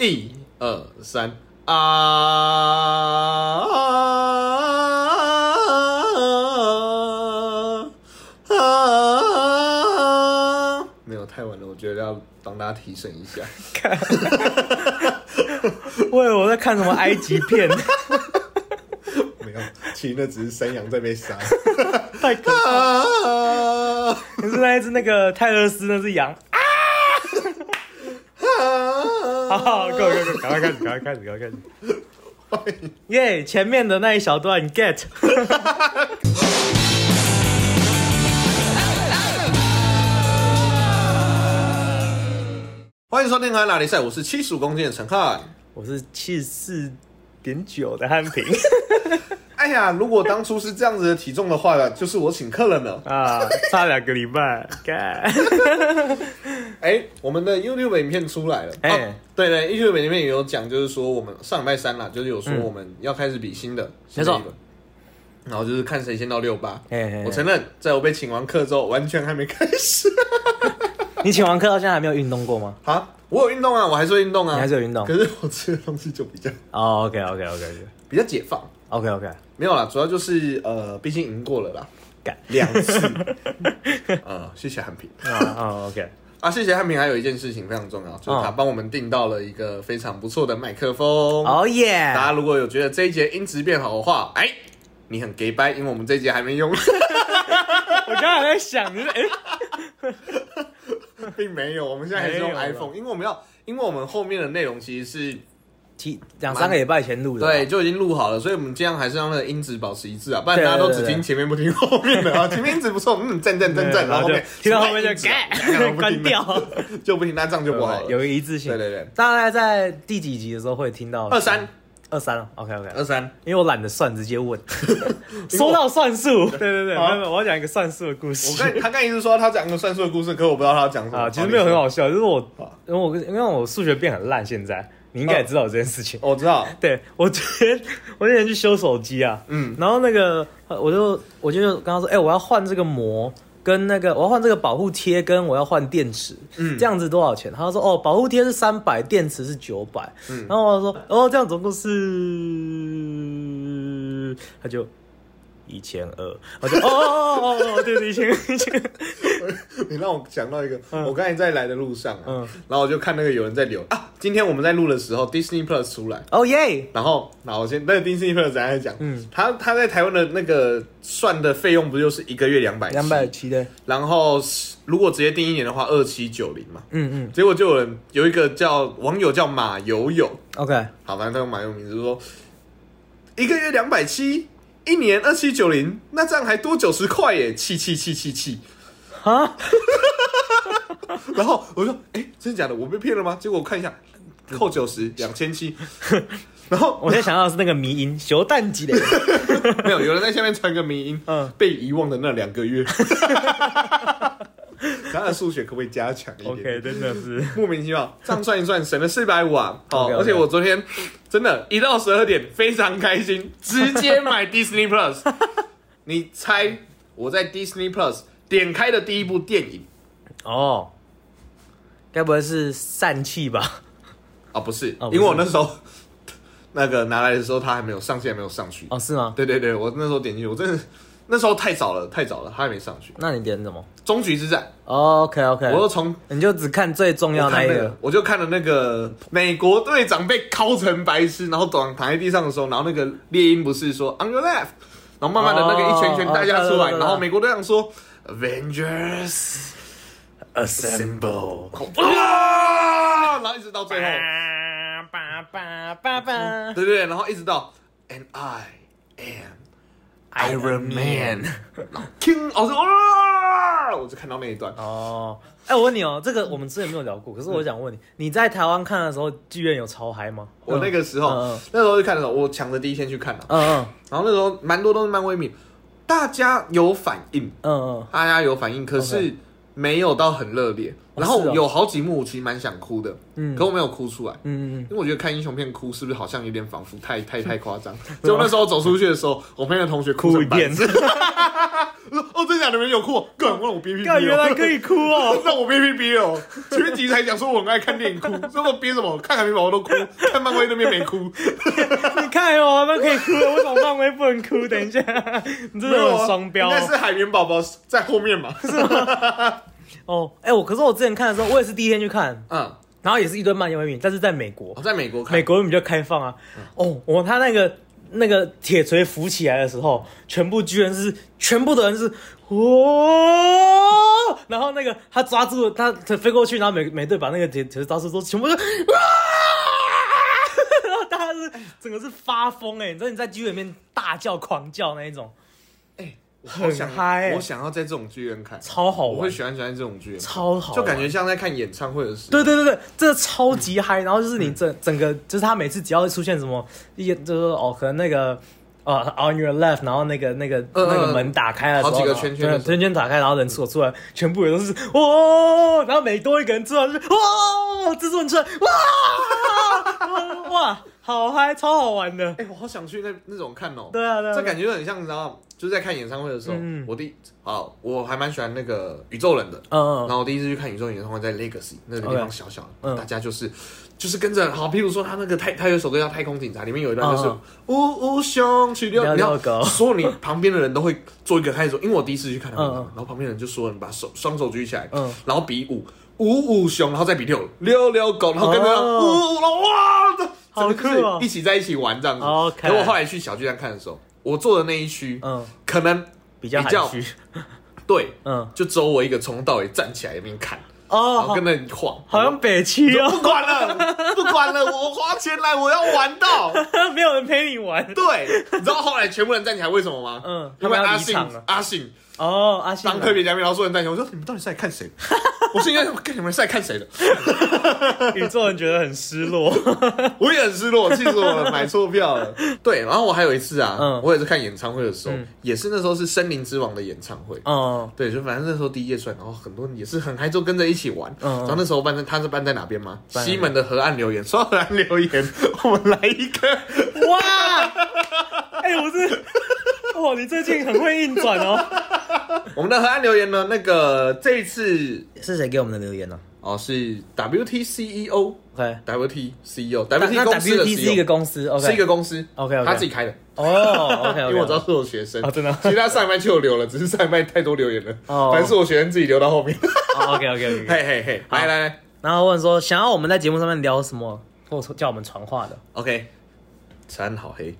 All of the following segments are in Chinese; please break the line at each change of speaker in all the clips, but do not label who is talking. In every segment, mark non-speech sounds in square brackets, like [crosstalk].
一二三啊！啊！没有太晚了，我觉得要帮大家提升一下。
我以为我在看什么埃及片，
[laughs] 没有，其实那只是山羊在被 [laughs] 杀。
太可怕了！
啊
可是那一只那个泰勒斯那只羊，
啊
好好，够够够，赶快开始，赶快开始，赶快开始。耶前面的那一小段 get，
欢迎收听《海拉力赛》，我是七十五公斤的陈汉。
我是七十四点九的汉平
哎呀，如果当初是这样子的体重的话，就是我请客了呢。
啊，差两个礼拜，干，
哎、我们的 YouTube 影片出来了。
哎
哦对对，YouTube 里面也有讲，就是说我们上礼拜三啦，就是有说我们要开始比新的，新的
嗯没错
一轮然后就是看谁先到六八。
嘿嘿嘿
我承认，在我被请完课之后，完全还没开始。 [laughs]
你请完课到现在还没有运动过吗？
好，我有运动啊，我还是会运动啊，
你还是有运动
可是我吃的东西就比较 [laughs]
哦，OK，OK，OK，OK，OK，OK，
比较解放，没有啦，主要就是呃，毕竟赢过了啦，
干
两
[laughs]
次。呃，谢谢汉平。
啊哦，OK，
啊，谢谢汉平。还有一件事情非常重要，就是他
哦
帮我们订到了一个非常不错的麦克风。
哦耶
大，家如果有觉得这一节音质变好的话，哎，你很 gay 掰，因为我们这一节还没用， [laughs]
我刚才在想，你是哎，
并没有，我们现在还是用
没有啦
iPhone，因为我们要，因为我们后面的内容其实是
提两三个礼拜前录的，
对，就已经录好了，所以我们尽量还是让那个音质保持一致啊，不然大家都只
对对对
听前面不听后面的 [laughs] 啊，前面音质不错，嗯，赞赞赞
对，
赞，然
然
后后
后就
面
听到后面
[laughs]
就
什么音质啊
干
不听
关
了
掉，
[laughs] 就不听，那这样就不好
有
了。
个一致性，
对对对，
大概在第几集的时候会听到
二三呃
二三了，OK OK，
二三，
因为我懒得算，直
[laughs]
接问。说到算术，对对对，
好
没有没有，我要讲一个算术的故事。
我刚他刚一直说他讲个算术的故事，可我不知道他要讲什么哦
啊，其实没有很。好笑，就是我
好，嗯
因为我因为我数学变很烂，现在你应该也知道我这件事情。
哦我知道，
对我昨天我那天去修手机啊，
嗯
嗯，然后那个呃我就我就跟他说，哎、我要换这个膜。跟那个我要换这个保护贴，跟我要换电池，嗯，这样子多少钱？他说哦，保护贴是三百，电池是九百，嗯，然后我说哦，这样总共是，他就一千二，我 [laughs] 就哦哦哦哦哦，对对，一千一千， [laughs]
[laughs] 你让我想到一个，我刚才在来的路上、啊，
嗯
然后我就看那个有人在留啊，今天我们在录的时候，Disney Plus 出来，
哦耶，
然后，然后我先那个 Disney Plus 咱来讲，嗯
嗯，
他他在台湾的那个算的费用不就是一个月两百，
两百，七的，
然后如果直接定一年的话，二七九零嘛，
嗯嗯
结果就有人有一个叫网友叫马友友，
，OK，
好，反正他用马友友名字就说，一个月两百七，一年二七九零，那这样还多九十块耶，气气气气气。
啊，
[laughs] 然后我就说：“哎、真的假的？我被骗了吗？”结果我看一下，扣九十，两千七。
[laughs]
然后
我现在想到的是那个迷音，熊蛋鸡 [laughs] 的。
没有，有人在下面传个迷音，
嗯
被遗忘的那两个月。 [laughs] 咱的数学可不可以加强一点
OK，真的是，
莫名其妙，这样算一算，省了四百五啊！哦
OK，OK
而且我昨天真的，一到十二点非常开心，直接
[laughs]
买 Disney Plus。你猜我在 Disney Plus 点开的第一部电影
哦，该不会是疝气吧？
啊、不是，
哦
因
不是
为我那时候那个拿来的时候，它还没有上线，还没有上去。
哦，是吗？
对对对，我那时候点进去，我真的那时候太早了，太早了，他还没上去。
那你点什么、
终局之战，
哦、？OK OK，
我又从
你就只看最重要
我
那
看
一
那
个
个，，我就看了那个美国队长被敲成白痴，然后躺躺在地上的时候，然后那个猎鹰不是说 on your left，然后慢慢的那个一圈一圈
哦
大家出
哦
来，
对对对
然后美国队长说 Avengers Assemble，哇，然后一直到最后，
叭叭叭叭
对对，对然后一直到 and I am。Iron Man，然后 King，我说啊，我就看到那一段，
哦，哎、我问你哦，这个我们之前没有聊过，可是我想问你，你在台湾看的时候，剧院有超嗨吗？
我那个时候，
嗯嗯
那时候就看的时候，我抢着第一天去看了，
嗯，嗯
然后那时候蛮多都是漫威迷，大家有反应，
嗯嗯
大家有反应，可是
OK
没有到很热烈。然
是
后
哦
有好几幕我其实蛮想哭的，
嗯
可我没有哭出来，
嗯嗯
因为我觉得看英雄片哭是不是好像有点仿佛
[laughs]
太太太夸张。结果那时候走出去的时候，我朋友同学哭
啊哭
成
一遍
白痴我说哦，真假的没有哭，干，让我憋憋
[laughs] 干，原来可以哭
[laughs]
哦！
让我憋憋憋哦。前面几集才讲说我很爱看电影哭， [laughs] 这么憋什么？看海绵宝宝都哭，看漫威那边没
[laughs]
哭，
你看哦，那可以哭了，为什么漫威不能哭？等一下，你真
没
的
有啊
有双标
应
哦
该是海绵宝宝在后面
[laughs]
吧？
哦。哎，我可是我之前看的时候，我也是第一天去看，
嗯，
然后也是一堆漫威迷，但是在美国
我，在美国看
美，国人比较开放啊。
嗯
哦，我他那个那个铁锤浮起来的时候，全部居然是全部的人是哦，然后那个他抓住了他他飞过去，然后美美队把那个铁铁锤抓住之后，全部就啊，然后大家是整个是发疯哎、欸，你知道你在剧院里面大叫狂叫那一种，
哎，我好想
很嗨欸
我想要在这种剧院看，
超好
我会
玩，
喜欢喜欢这种剧院，
超好玩，
就感觉像在看演唱会的时候。
对对对对，这超级嗨，然后就是你整整个，就是他每次只要出现什么，一就是哦，可能那个呃 on your left，然后那个那个、
嗯
那个门打开了之后，
好几个
然后
圈圈
对
的时候
圈圈打开，然后人所出来，全部人都是哦，然后每多一个人出来就是哦，制作人出来哇哇，好嗨，超好玩的，
哎、我好想去那那种看哦、
对啊对啊，
这
对啊
感觉就很像，你知道吗，就是在看演唱会的时候，
嗯
我第好，我还蛮喜欢那个宇宙人的。
嗯
然
嗯
后我第一次去看宇宙演唱会，在 Legacy 那个地
OK
方小小的
嗯
大家就是就是跟着好，譬如说他那个太他有一首歌叫《太空警察》，里面有一段就是
嗯
呜呜熊去遛
遛
然
遛狗
后 [laughs] 所有你旁边的人都会做一个开始说，因为我第一次去看他们
嗯嗯，
然后旁边人就说你把手双手举起来
嗯，
然后比舞五五熊，然后再比六六遛狗，然后跟着
哦
呜呜了哇，
好
整个就是
酷哦
一起在一起玩这样子。
OK
结果后来去小巨蛋看的时候，我坐的那一区
嗯，
可能
比较
比较
含蓄，
对，
嗯
就只有我一个从头到尾站起来在那边看。
哦，
然后
好
跟着你晃，
好像北区
我
哦，
不管
[laughs]
了，不管了，我花钱来，我要玩到。
[laughs] 没有人陪你玩
对，你知道后来全部人站起来为什么吗？
嗯
因为
他们要
阿
离
信
场了，
阿信
哦，阿信
当特别嘉宾，然后所有人站起来，我说你们到底是在看谁？ [laughs] 我是应该看你们是在看谁的？
宇宙人觉得很失
[laughs]
落。
我也很失落，气死我了，买错票
[laughs]
了。对，然后我还有一次啊，
嗯
我也是看演唱会的时候
嗯，
也是那时候是森林之王的演唱会，
嗯
对，就反正那时候第一届出来，然后很多人也是很嗨，就跟着一起玩。
嗯嗯
然后那时候办在他是办在哪边吗？
办在哪
西门的河岸留言，说到河岸留
[laughs]
言，我们来一个，
哇，哎、我是，哇，你最近很会硬转哦。
我们的河岸留言呢？那个这一次
是谁给我们的留言呢、
哦是 WT CEO
OK，
WT CEO
那
WT
那
公司的
WT 是一个
CEO
公司，OK，
是一个公司
OK，OK
他自己开的，
哦，OK，
因为我知道是我学生
哦真的
其实他上一班就有留了，只是上一班太多留言了，
哦
反正是我学生自己留到后面。
OK OK
[laughs]
OK，
嘿嘿嘿，
好
来来来
然后问说想要哦我们在节目上面聊什么，或者叫我们传话的，
，OK，陈汉好 [laughs] 黑，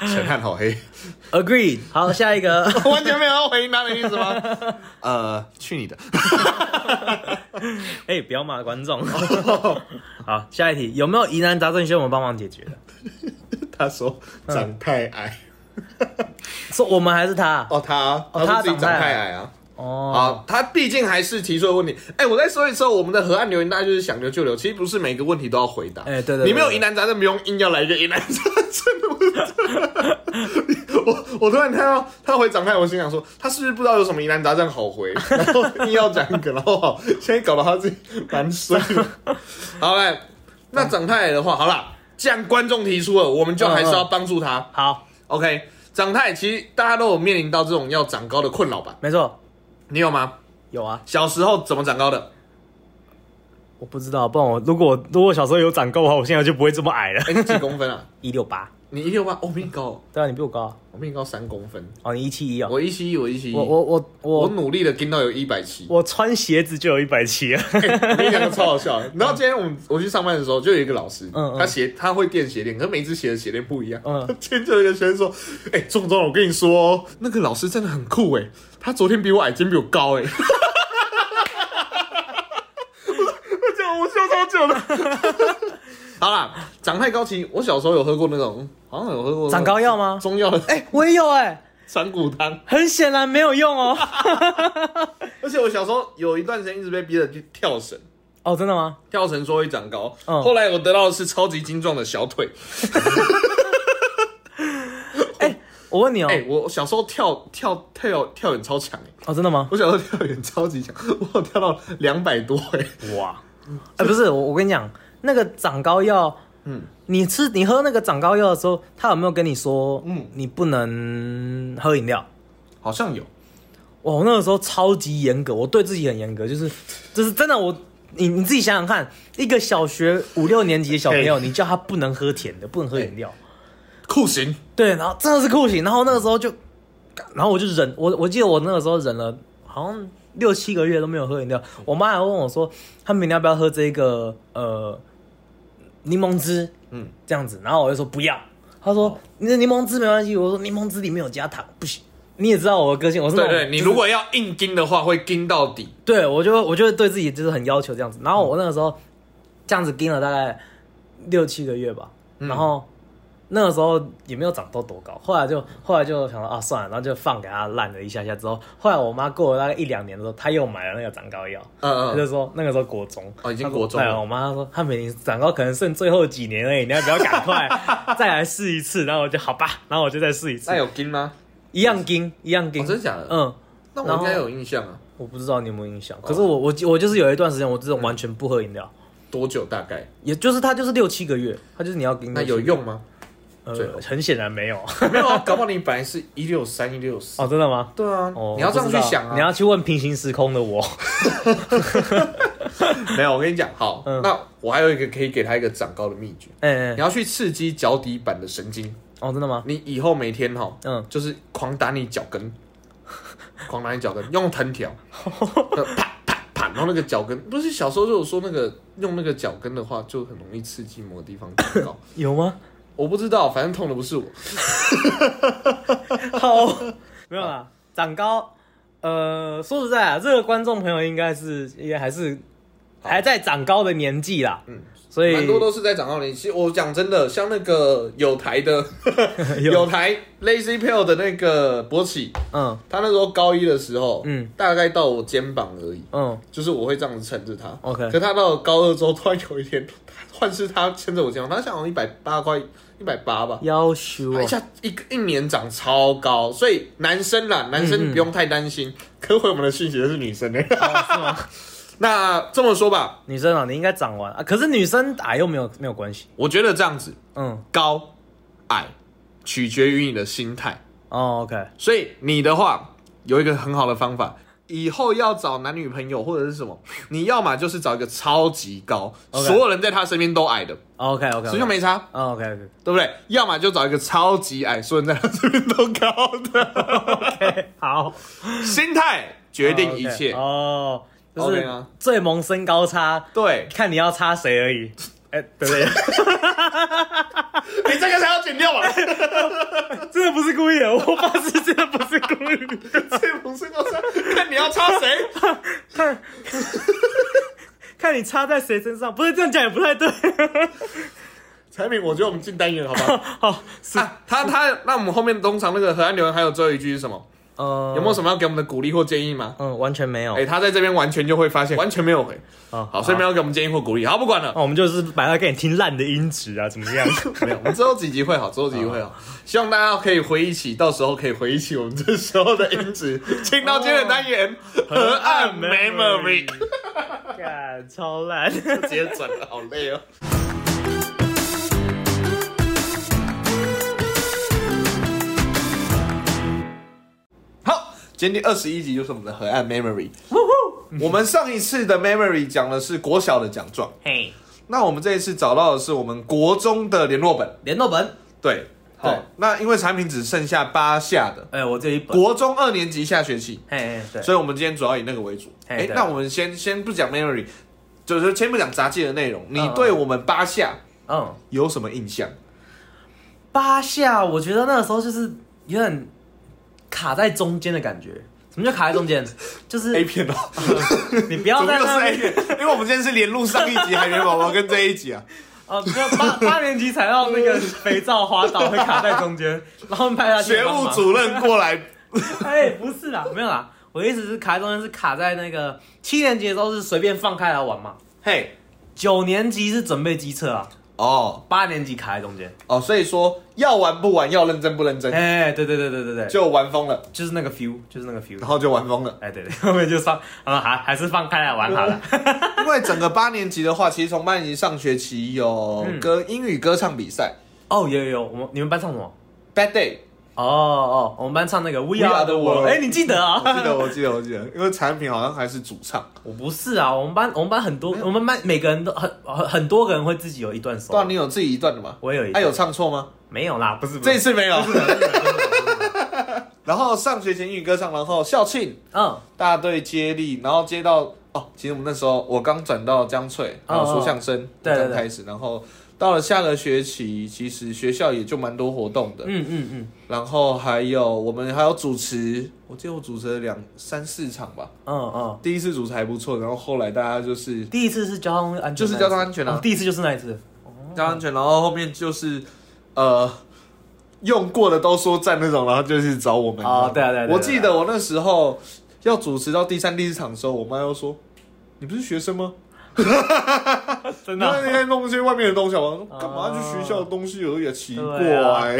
陈汉好黑。
Agreed。好，下
[laughs]
一个
完全没有要回答的意思吗？ [laughs] 呃，去 [laughs] 你的！
哎、不要骂观
[laughs]
众。好，下一题，有没有疑难杂症需要我们帮忙解决的？
他说长太矮
是我们还是他？
哦，他
哦
他
他
说自己
长
长
太
太矮啊。
哦，
啊，他毕竟还是提出了问题。哎，我再说一次哦，我们的河岸留言大家就是想留就留，其实不是每个问题都要回答。
哎对对对
你没有疑难杂症，不用硬要来一个疑难杂症。 [laughs] 我我突然看到他回长太，我心想说，他是不是不知道有什么疑难杂症好
[laughs]
回，然后硬要讲一个，然后好，现在搞得他自己蛮衰的。
[laughs]
好嘞，那长太矮的话，好啦，既然观众提出了，我们就还是要帮助他。
好，
OK，长太其实大家都有面临到这种要长高的困扰吧？
没错，
你有吗？
有啊。
小时候怎么长高
[laughs]
的？
我不知道，不然我如果如果小时候有长高的话，我现在就不会这么矮了。
哎、你几公分啊？
一六八，
你一六八，哦我比你高，
对啊，你比我高啊
我比你高三公分。
哦，你一七一哦。
我一七一，我一七一，
我我我
我
我
努力的跟到有一百七。
我穿鞋子就有一百七啊。
哎我跟你讲个超好笑
[laughs]
的。然后今天我们我去上班的时候，就有一个老师，
嗯嗯
他鞋他会垫鞋垫，可是每一只鞋的鞋垫不一样。
嗯
今天就有一个学生说：“哎、壮壮，我跟你说、哦，那个老师真的很酷哎、他昨天比我矮，今天比我高哎、 [laughs] 我我讲 [laughs] 我笑超久的。好啦，长太高其实我小时候有喝过那种，好像有喝过那种
长高药吗
中药的，哎、
我也有哎、
长骨汤。
很显然没有用哦。
而且我小时候有一段时间一直被逼着去跳绳。
[laughs] 哦，真的吗？
跳绳说会长高，
嗯
后来我得到的是超级精壮的小腿。
哎、我问你哦、
哎、我小时候跳跳跳跳远超强哎、
哦，真的吗？
我小时候跳远超级强， [laughs] 我有跳到两百多哎、
哇，哎、不是，我我跟你讲，那个长高药，
嗯，
你吃你喝那个长高药的时候，他有没有跟你说，
嗯
嗯，你不能喝饮料？
好像有，
哇，我那个时候超级严格，我对自己很严格，就是，就是真的我，你你自己想想看，一个小学五六年级的小朋友，
嘿
你叫他不能喝甜的，不能喝饮料，
酷刑
对，然后真的是酷刑，然后那个时候就，然后我就忍，我我记得我那个时候忍了好像六七个月都没有喝饮料，
嗯
我妈还问我说，他明天要不要喝这个呃柠檬汁，嗯
嗯，哦
这样子，然后我就说不要，她说你的柠檬汁没关系，我说柠檬汁里面有加糖，不行。你也知道我的个性，我是那
对
种
对，你
嗯就是
如果要硬盯的话，会盯到底。
对我就我就会对自己就是很要求这样子。然后我那个时候这样子盯了大概六七个月吧，
嗯
然后那个时候也没有长到多高，后来就后来就想说啊算了，然后就放给他烂了一下下之后，后来我妈过了大概一两年的时候，她又买了那个长高药。她
嗯
就
嗯，
说那个时候国中，
哦已经
她说哎
国中了
对，我妈说她每年长高可能剩最后几年而已，你要不要
[laughs]
赶快再来试一次？然后我就好吧，然后我就再试一次
那，有盯吗？
一样盯，一样盯，
哎哦真的假的
嗯，
那我
然后
应该有印象啊。
我不知道你有没有印象，可是我我我就是有一段时间我这种完全不喝饮料，
多久大概？
也就是他就是六七个月，他就是你要给你
那有用
[laughs]
吗？
呃
最后，
很显然没有
[laughs] 没有啊，搞不好你本来是一六三一六四。
哦，真的吗？
对啊
哦，，
你要这样
我
去
不知道
想啊。
你要去问平行时空
[laughs]
的我，
没有，我跟你讲，好，
嗯
那我还有一个可以给他一个长高的秘诀，
哎、哎
你要去刺激脚底板的神经，
哦，真的吗？
你以后每天哈，
嗯，
就是狂打你脚跟， [laughs] 狂打你脚跟，用藤
[laughs]
条，就啪啪啪，然后那个脚跟，不是小时候就有说那个用那个脚跟的话，就很容易刺激某个地方长高，
有吗？
我不知道，反正痛的不是我，
好， [laughs] 没有啦，长高，呃，说实在啊，这个观众朋友应该是也还是还在长高的年纪啦，
嗯，
所以
蛮多都是在长高年纪。其实我讲真的，像那个有台
[laughs]
的
有
有台 Lazy p a l 的那个博起，
嗯
他那时候高一的时候，
嗯
大概到我肩膀而已，
嗯，
就是我会这样子撑着他。
OK
可他到了高二之后，突然有一天，换是他牵着我肩膀，他像好像一百八块，一百八吧。
要求、
他
哦
一，下一个一年长超高，所以男生啦，
嗯
男生你不用太担心。可回我们的讯息的是女生呢、
[laughs] 哦是吗？
[laughs] 那这么说吧，
女生啊，你应该长完啊，可是女生矮又没有没有关系，
我觉得这样子，
嗯，
高矮取决于你的心态。
哦，OK，
所以你的话有一个很好的方法，以后要找男女朋友或者是什么，你要么就是找一个超级高
OK
所有人在他身边都矮的，
OK OK，
所以就没差，
OK OK，
对不对？要么就找一个超级矮，所有人在他身边都高 [laughs] 的，
好，
心态决定一切。
哦，就
OK
是
吗
最萌身高差，
对，
看你要差谁而已。哎，对 [laughs] 不对？
你这个才要剪掉吧？
真的不是故意的，我发誓真的不是故意的。
[laughs] 这不是高三，看你要插 [laughs] 谁？
看，看你差在谁身上，不是这样讲也不太对。 [laughs]
产品，我觉得我们进单元好不好？
好，是
[laughs] 啊他他，那我们后面东厂那个河岸留言还有最后一句是什么？
呃，
有没有什么要给我们的鼓励或建议吗？
嗯，完全没有
哎、。他在这边完全就会发现完全没有回，
好，
好，所以没有给我们建议或鼓励。好，不管了，
那我们就是摆来给你听烂的音质啊，怎么
[laughs]
样？
没有，我们之后几集会好，之后几集会好，希望大家可以回忆起，到时候可以回忆起我们这时候的音 [laughs] 质。进到今天的单元《哦河岸 Memory》，
干，超
[laughs]
烂。
直接转了，好累哦。好，今天第二十一集就是我们的河岸 memory。我们上一次的 memory 讲的是国小的奖状，
嘿，
那我们这一次找到的是我们国中的联络本，
联络本，
对，
对
好，那因为产品只剩下八下的
哎，我这一本。
国中二年级下学期，
嘿嘿，对。
所以我们今天主要以那个为主。
嘿
哎、
对
那我们先先不讲 memory，就是先不讲杂技的内容，你
嗯
对我们八下
嗯。
有什么印象？
[laughs] 八下，我觉得那个时候就是有点卡在中间的感觉。什么叫卡在
[laughs]
中间？就是呃
A 片哦，
你不要
怎么
在
又是
那
A
边
片？因为我们今天是连录上一集海绵宝宝跟这一
[laughs]
集啊，
哦，不要八八年级踩到那个肥皂滑倒会卡在中间，然后拍下去
学务。主任过来，
哎，不是啦，没有啦，我的意思是卡在中间是卡在那个七年级的时候是随便放开来玩嘛，
嘿，
九年级是准备机测啊，
哦
八年级卡在中间。
哦，所以说要玩不玩，要认真不认真，
哎，对对对对对对，
就玩疯了，
就是那个 feel，就是那个 feel
然。后就玩疯了。
哎，对 [laughs] 对，后面就放，啊，还还是放开来玩好了。
[laughs] 因为整个八年级的话，其实从八年级上学
嗯
期有歌、英语歌唱比赛
哦，有有有，我们你们班上什么？
，Bad Day，
哦哦，我们班唱那个 We
We
Are
Are
the
the
World，
World
哎、你记得啊？
我记得，我记得，我记得，因为产品好像还是主唱。
我不是啊，我们班我们班很多，我们班每个人都很很很多个人会自己有一段手
对啊，你有自己一段的吗？
我有一
他
段
有唱错吗？
没有啦，不是不
这一
是，
次没有。 [laughs] 然后上学前英语歌唱，然后校庆
嗯
大队接力，然后接到哦，其实我们那时候我刚转到江翠，然后说相声
哦对对
刚开始，然后到了下个学期，其实学校也就蛮多活动的，
嗯嗯嗯
然后还有我们还有主持，我记得我主持了两三四场吧，
嗯嗯，
第一次主持还不错，然后后来大家就是
第一次是交通安全那
就
一次，
是交通安全啊
哦第一次就是那
[laughs]
一次，
加安全，然后后面就是呃用过的都说赞那种，然后就是找我们
哦对啊对啊对啊
我记得我那时候要主持到第三、第四场的时候，我妈又说：“你不是学生吗？
真
你
的啊
在在弄一些外面的东西好吗？
哦
干嘛去学校的东西而已啊，奇怪。
[laughs] 对啊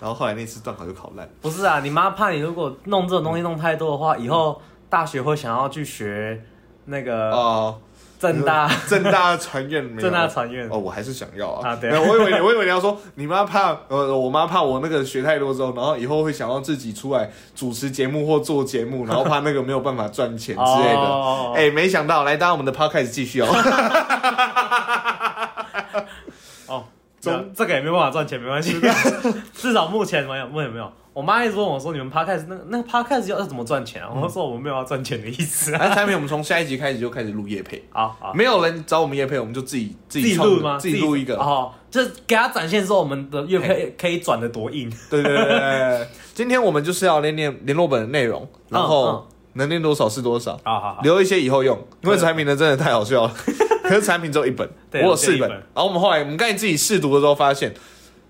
然后后来那次段考就考烂，
不是啊，你妈怕你如果弄这种东西弄太多的话，以后大学会想要去学那个
哦、
啊正大
正大传院没有
正大传院
哦，我还是想要啊。
啊对
没有我以为你，我 [laughs] 以为你要说你妈怕，呃，我妈怕我那个学太多之后，然后以后会想要自己出来主持节目或做节目，然后怕那个没有办法赚钱之类的。
哦
哎、没想到，来，当然我们的 podcast 继续
[laughs]
哦。
哦，
中
这个也没办法赚钱，没关系， [laughs] 至少目前没有，目前没有。我妈一直问我说：“你们 podcast 那个那个 podcast 要要怎么赚钱啊？”
嗯
我说：“我们没有要赚钱的意思
[laughs]
啊。
那产品，我们从下一集开始就开始录夜配，
好”好
没有人找我们夜配，我们就自己自
自己
创
录吗？
自己录一个。哎
哦，就是给他展现说我们的乐配可以转的多硬。
对对对对对对，今天我们就是要练练联络本的内容，然后
嗯
能练多少是多少。
好好好，
留一些以后用，因为
啊对
产品的真的太好
[laughs]
笑了。可是产品只有一本，我
对
有
我只有
四
一
本。
本
然后我们后来，我们刚才自己试读的时候发现，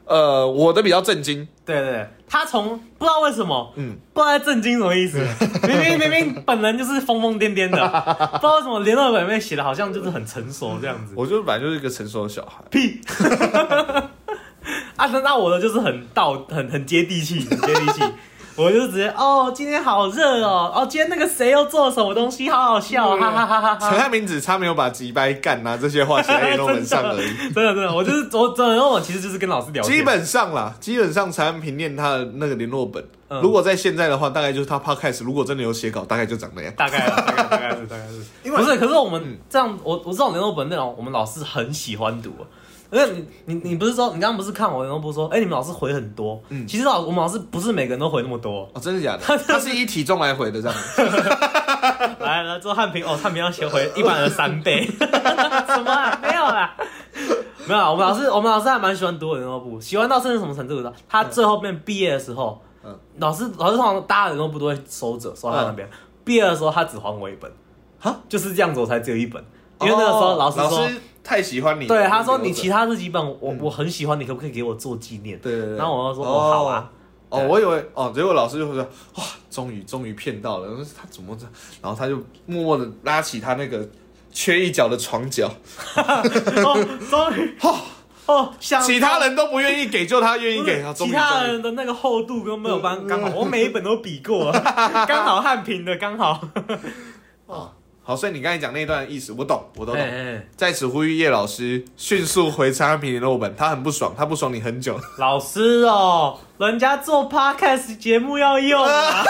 呃，我的比较震惊，
对对对，他从不知道为什么，
嗯
嗯，不知道在震惊什
[laughs]
么意思，明明明明本人就是疯疯癫癫的，不知道为什么联络本里面写的好像就是很成熟这样子。
我就本来就是一个成熟的小孩。
屁！ [laughs] 啊，那那我的就是很道，很很接地气，很接地
[laughs]
气。我就直接哦，今天好热哦，哦，今天那个谁又做了什么东西，好好笑哦，哈哈哈哈哈
[laughs] 陈汉明只差没有把“急掰干”啊这些话写在论文
[laughs]
上而已。
真的真的，我就是我真的，我其实就是跟老师聊天，
基本上啦，基本上陈汉平念他的那个联络本，
嗯
如果在现在的话，大概就是他 podcast 如果真的有写稿，大概就长那
[laughs]
样。
大概啦啊大概大概是大概是，
[laughs] 因为
不是，可是我们这样，我我知道联络本内容，我们老师很喜欢读。啊因为你你你不是说你刚刚不是看我联络部说，哎、你们老师回很多，
嗯
其实老我们老师不是每个人都回那么多，
哦，真的假的？ [laughs] 他是以体重来回的这样。
来来做汉平哦，汉平要学回一般人的三倍， [laughs] 什么、啊、没有啦，没有啦。啊我们老师我们老师还蛮喜欢读我的联络部，喜欢到甚至什么程度呢？他最后面毕业的时候，
嗯
老师老师通常大家联络部都会收着，收到他那边。毕业的时候他只还我一本，
哈，
就是这样子我才只有一本， [laughs] 因为那个时候
哦
老师说，
老师太喜欢你，
对他说你
留着嗯
其他这几本我、我很喜欢，你可不可以给我做纪念？
对对对。
然后我就说哦好啊。
哦，
对
我以为哦，结果老师就会说哇，终于终于骗到了，他怎么这？然后他就默默的拉起他那个缺一角的床角，
哦，终于
哦，
哦，想
其他人都不愿意给，就他愿意
不
给，
是
啊终于
其
终
他
于
人的那个厚度跟没有刚
嗯
刚好，我每一本都比
[laughs]
过，刚好汉平的刚好。
好，所以你刚才讲那一段意思，我懂，我都懂。
哎
在此呼吁叶老师迅速回差评落本，他很不爽，他不爽你很
[laughs]
久。
老师哦，人家做 podcast 节目要用
[laughs]
啊！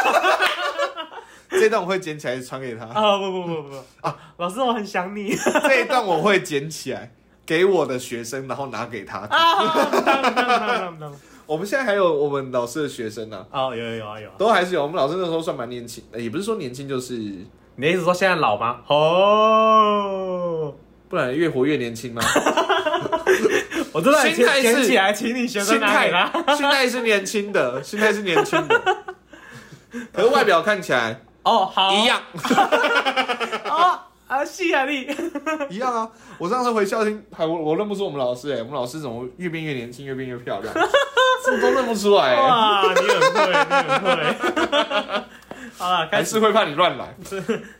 这段我会捡起来传给他，
啊不不不不不啊！老师我很想你
[laughs] 这一段我会捡起来给我的学生，然后拿给他。
啊！不当不当不当不当
我们现在还有我们老师的学生呢、啊，
哦有有有啊有啊！
都还是有。我们老师那时候算蛮年轻，呃也不是说年轻，就是
你的意思说现在老吗？哦，
不然越活越年
[laughs]
轻吗？
我真的很
心态是
捡起来，请你学
心
生拿
态
给他。
[laughs] 心态是年轻的，心态是年轻
[laughs]
的，可是外表看起来
哦好
一
[laughs]
样
哦啊谢啊你
一样啊！我上次回校听，还我我认不出我们老师哎、我们老师怎么越变越年轻，越变越
[laughs]
漂亮，怎么都认不出来、欸，
哇你很会你很会。
[laughs]
[laughs] 好了，开
还
始。
是会怕你乱来。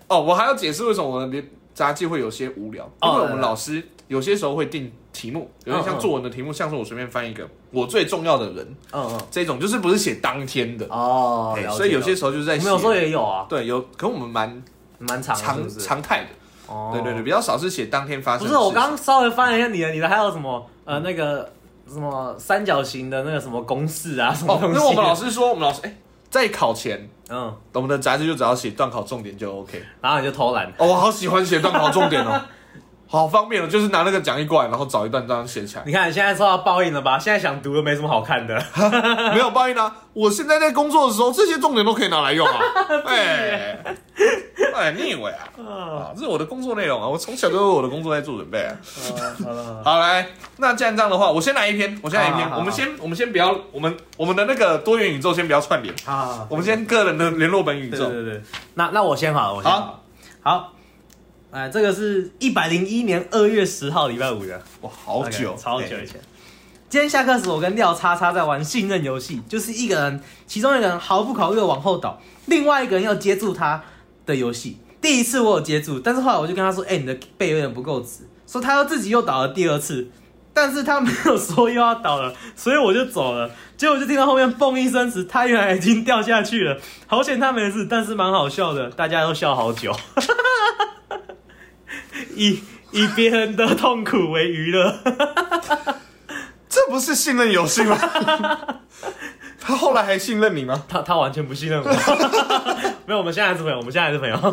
哦，我还要解释为什么我们连杂技会有些无聊，因
哦
为我
来
们
来
老师有些时候会定题目，有点像作文的题目，像是我随便翻一个，我最重要的人
嗯嗯。
这种，就是不是写当天的，
哦
哎，所以有些时候就是在
我
写
们有时候也有啊，
对有，可我们蛮
蛮长的，是
常
不是？
常态的。
哦
对对对，，比较少是写当天发生
不
的事情。
是我刚刚稍微翻了一下你的，你的还有什么呃那个什么三角形的那个什么公式啊，什么
哦，
东西。
那我们老，师说，我们老师哎、在考前，
嗯，
我们的杂志就只要写段考重点就 OK。
然后你就偷懒，
哦，我好喜欢写段考重点哦， [laughs] 好方便哦，就是拿那个讲义过来，然后找一段这样写 [laughs] 起来。
你看现在受到报应了吧？现在想读的没什么好看的，
没有报应啊！我现在在工作的时候，这些重点都可以拿来用 [laughs] 啊！哎哎，你以为啊？啊，这是我的工作内容啊！我从小就为我的工作在做准备、啊。
[laughs] 好
[laughs]
了，
好，来，那既然这样的话，我先来一篇，我先来一篇。
好好好
我们先，我们先不要，我们我们的那个多元宇宙先不要串联，
[laughs] 好，
我们先个人的联络本宇
对
宙
对。对对，那那我先好了，我先好了
好，
好，哎，这个是一百零一年二月十号礼拜五的，
哇，好久
OK，，超久
哎
以前。今天下课时，我跟廖叉叉在玩信任游戏，就是一个人，其中一个人毫不考虑地往后倒，另外一个人要接住他的游戏。第一次我有接住，但是后来我就跟他说：“哎、你的背有点不够直。”说他又自己又倒了第二次，但是他没有说又要倒了，所以我就走了。结果就听到后面嘣一声时，他原来已经掉下去了，好险他没事，但是蛮好笑的，大家都笑好久，以以别人的痛苦为娱乐。
这不是信任游戏
[laughs]
吗？他后来还信任你吗？
他他完全不信任我，没有，我们 [laughs] 现在还是朋友，我们现在还是朋友。 [laughs]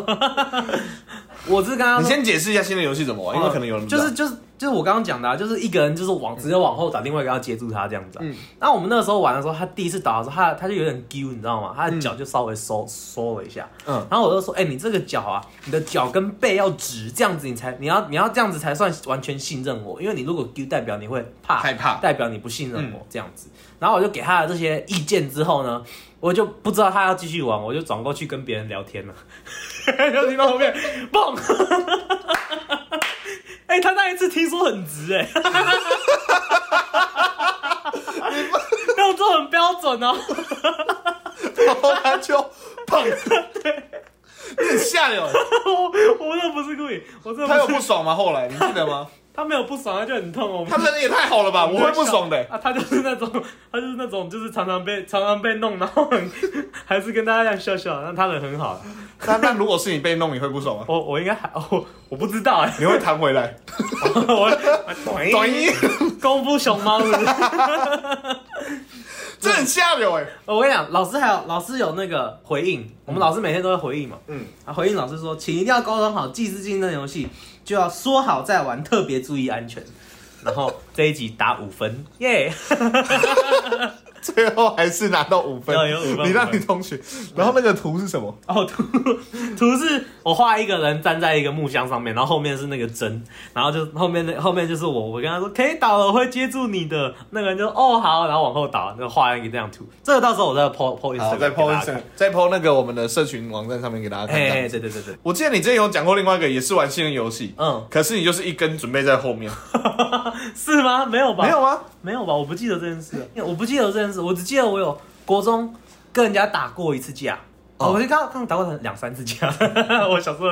我是刚刚
你先解释一下信任游戏怎么玩，因为可能有人不知
哦就
道
是就是就是我刚刚讲的、啊，就是一个人就是往直接往后倒，另外一个要接住他这样子、啊。
嗯
那我们那个时候玩的时候，他第一次倒的时候，他他就有点丢，你知道吗？他的脚就稍微收、收了一下。
嗯
然后我就说，哎、你这个脚啊，你的脚跟背要直，这样子你才你要你要这样子才算完全信任我，因为你如果丢，代表你会怕
害怕
代表你不信任我、这样子。然后我就给他的这些意见之后呢，我就不知道他要继续玩，我就转过去跟别人聊天了，就听到后面蹦。 [laughs] 哎、他那一次听说很直哎、欸， [laughs] 动作很标准哦。
[laughs]
[laughs]
然后他就胖，你很下流。
我我那不是故意，我真的
他有
不是
不爽吗？后来你记得
[laughs]
吗？
他没有不爽，他就很痛哦。
他人也太好了吧，我会不爽的、
啊，他就是那种，他就是那种，就是常常被常常被弄，然后很还是跟大家这样笑笑，但他人很好。啊
那那如果是你被弄，你会不爽吗？
我我应该还我我不知道哎、 [laughs]
你会弹回来？
我
短音，
功夫熊猫是不是？
这很下流哎、
呃我跟你讲，老师还有老师有那个回应，我们老师每天都会回应嘛。
嗯，
啊，回应老师说，请一定要沟通好，既是竞争游戏，就要说好再玩，特别注意安全。然后这一集打五分，耶、 [laughs]
[laughs] 最后还是拿到五分
有有五分
你让你同学。然后那个图是什么？
哦，图图是我画一个人站在一个木箱上面，然后后面是那个针，然后就后面那后面就是我，我跟他说可以倒了，我会接住你的。那个人就哦好，然后往后倒，就画一个这样图。这个到时候我再 po po
好，
Instagram，
再 PO
给大家看
Instagram，再 PO 那个我们的社群网站上面给大家看
嘿
看
嘿，。对对对对，
我记得你之前有讲过另外一个也是玩信任游戏，
嗯，
可是你就是一根准备在后面，
是吗？没有吧？
没有啊吗？
没有吧？我不记得这件事，我不记得这件事，我只记得我有国中跟人家打过一次架。
哦
哦，我就刚刚打过两三次架， [laughs] 我小时候，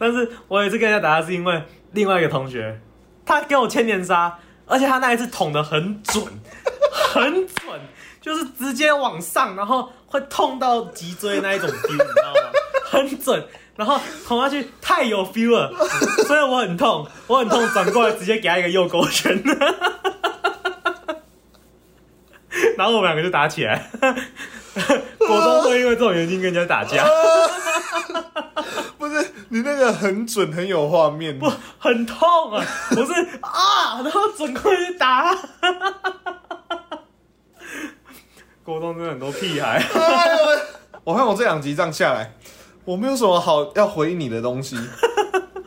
但是我有一次跟人家打架是因为另外一个同学，他给我千年杀，而且他那一次捅的很准，很准，就是直接往上，然后会痛到脊椎那一种 feel，你知道吗？很准，然后捅下去太有 feel 了，所以我很痛，我很痛，转过来直接给他一个右勾拳。然后我们两个就打起来。国中会因为这种原因跟人家打架，
不是你那个很准，很有画面。
不很痛啊！我是啊，然后整个人就打。国中真的很多屁孩，
哎呦喂 [laughs] 我看我这两集这样下来，我没有什么好要回应你的
[laughs]
东西，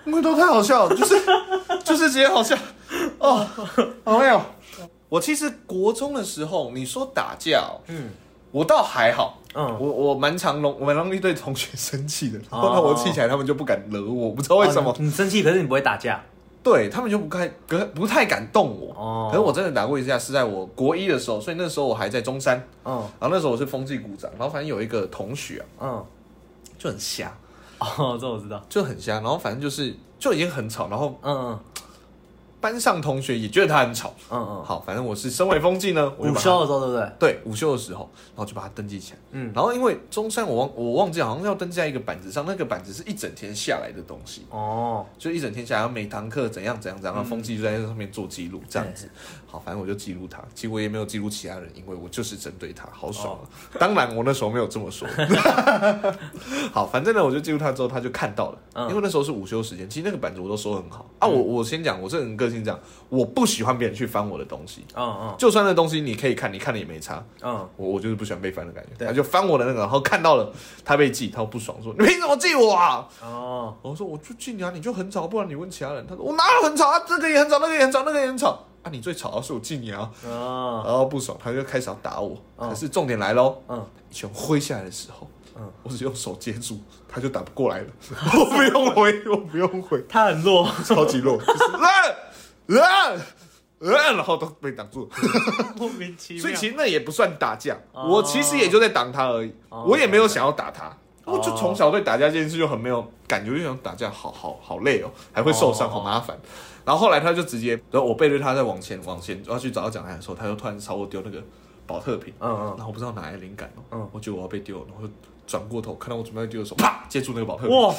因为都太好笑了，就是就是直接好笑
[laughs]
哦。哦没有，我其实国中的时候，你说打架、哦，
嗯
我倒还好，
嗯，
我我蛮常容我蛮容易对同学生气的，然
哦
后让我气起来，他们就不敢惹我，不知道为什么
哦，你你生气，可是你不会打架
对他们就不太不不太敢动我。
哦
可是我真的打过一架，是在我国一的时候，所以那时候我还在中山，
嗯
然后那时候我是风纪股长，然后反正有一个同学啊，
嗯，
就很瞎，
哦，这我知道，
就很瞎，然后反正就是就已经很吵，然后
嗯
班上同学也觉得他很吵。
嗯嗯，
好，反正我是身为风纪呢，我就
午
把它
休的时候对不对？
对，午休的时候，然后就把它登记起来。嗯
嗯，
然后因为中山我忘我忘记好像是要登记在一个板子上，那个板子是一整天下来的东西，
哦，
就一整天下来，然后每堂课怎样怎样怎样，然后风纪就在那上面做记录，这样子。
嗯
[laughs] 好，反正我就记录它，其实我也没有记录其他人，因为我就是针对他，好爽、啊。
哦
[laughs] 当然我那时候没有这么说。 [laughs] 好，反正呢我就记录他之后，他就看到了，
嗯
因为那时候是午休时间，其实那个板子我都收很好啊。我我先讲，我这个人个性这样，我不喜欢别人去翻我的东西，
嗯
就算那东西你可以看，你看了也没差。
嗯嗯，
我我就是不喜欢被翻的感觉，
对
他就翻我的那个，然后看到了他被记，他不爽说你凭什么记我啊？
哦，
我说我就记你啊，你就很吵，不然你问其他人。他说我哪有很吵啊，这个也很吵，那个也很吵，那个也很吵啊，你最吵啊，是我记你啊，
哦，
然后不爽，他就开始要打我。
嗯
可是重点来喽，
嗯，
一拳挥下来的时候，
嗯
我只用手接住，他就打不过来了， [laughs] 我不用挥，我不用挥，
他很弱，
超级弱，就是 [laughs] 啊啊啊，然后都被挡住了。
莫名其
所以其实那也不算打架，
哦
我其实也就在挡他而已，
哦
我也没有想要打他。
哦
我就从小对打架这件事就很没有感觉，就想打架好好好累哦，还会受伤，
哦
好麻烦。然后后来他就直接，然后我背对他在往前往前要去找他讲台的时候，他就突然朝我丢那个保特瓶，
嗯嗯
然后我不知道哪来的灵感哦，
嗯
我觉得我要被丢了，然后就转过头看到我准备要丢的时候，啪接住那个保特瓶。
哇，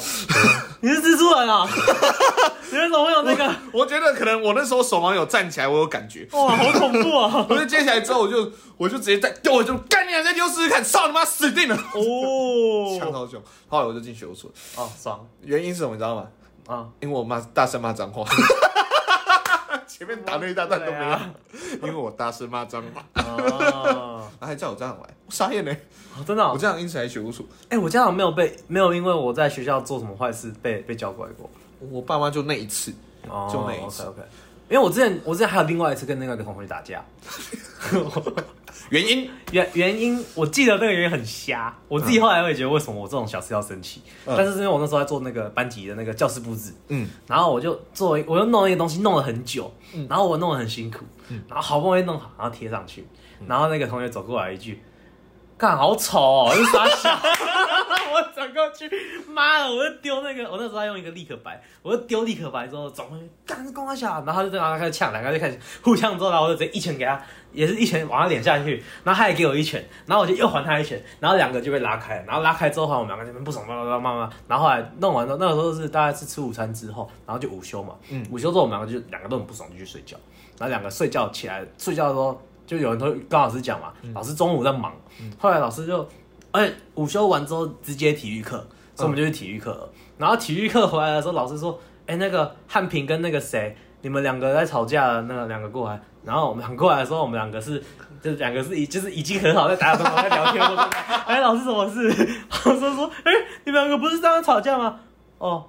你是蜘蛛人啊？ [laughs] 你为什么会有那个？
我觉得可能我那时候手忙有站起来，我有感觉，
哇，好恐怖
[laughs]
啊！
我就接起来之后，我就我就直接再丢，我就干你啊娘再丢试试看，操你妈死定了！呛
哦，
到啊凶。后来我就进学务处，
哦，爽
原因是什么你知道吗？
啊！
因为我妈大声骂脏
[laughs]
话，前面打那一大段都没有，
对啊
因为我大声骂脏话，
哦，
她还叫我家长来，我傻眼嘞！
真的哦
我，这样因此来学务处，
哎，我家长没有被没有因为我在学校做什么坏事被被教拐过，
我爸妈就那一次，
哦
就那一次
OK，因为我之前我之前还有另外一次跟另外一个同学打架，
原因
原原因我记得那个原因很瞎，我自己后来会觉得为什么我这种小事要生气，
嗯
但是是因为我那时候在做那个班级的那个教室布置，
嗯
然后我就做一，我又弄了一个东西，弄了很久，然后我弄得很辛苦，然后好不容易弄好，然后贴上去，然后那个同学走过来一句：“干好丑哦，是傻小。” [laughs] 我走过去，妈的，我就丢那个，我那时候还用一个立可白，我就丢立可白之后转过去，干是公阿小，然后他就在那边开始呛，两个就开始互呛之后，然后我就直接一拳给他，也是一拳往他脸下去，然后他也给我一拳，然后我就又还他一拳，然后两个就被拉开了，然后拉开之后，我们两个这边不爽，叭叭叭叭叭，然后后来弄完之后，那个时候是大概是吃午餐之后，然后就午休嘛，午休之后我们两个就两个都很不爽，就去睡觉，然后两个睡觉起来，睡觉的时候就有人都跟老师讲嘛，老师中午在忙，后来老师就，而且哎午休完之后直接体育课，所以我们就去体育课了，然后体育课回来的时候，老师说，哎、那个汉平跟那个谁，你们两个在吵架了，那个两个过来，然后我们两个过来的时候，我们两个是。就是两个是已就是已经很好在打招呼在聊天了，我说哎，老师什么事？ [laughs] 老师说，哎、你们两个不是刚刚吵架吗？哦，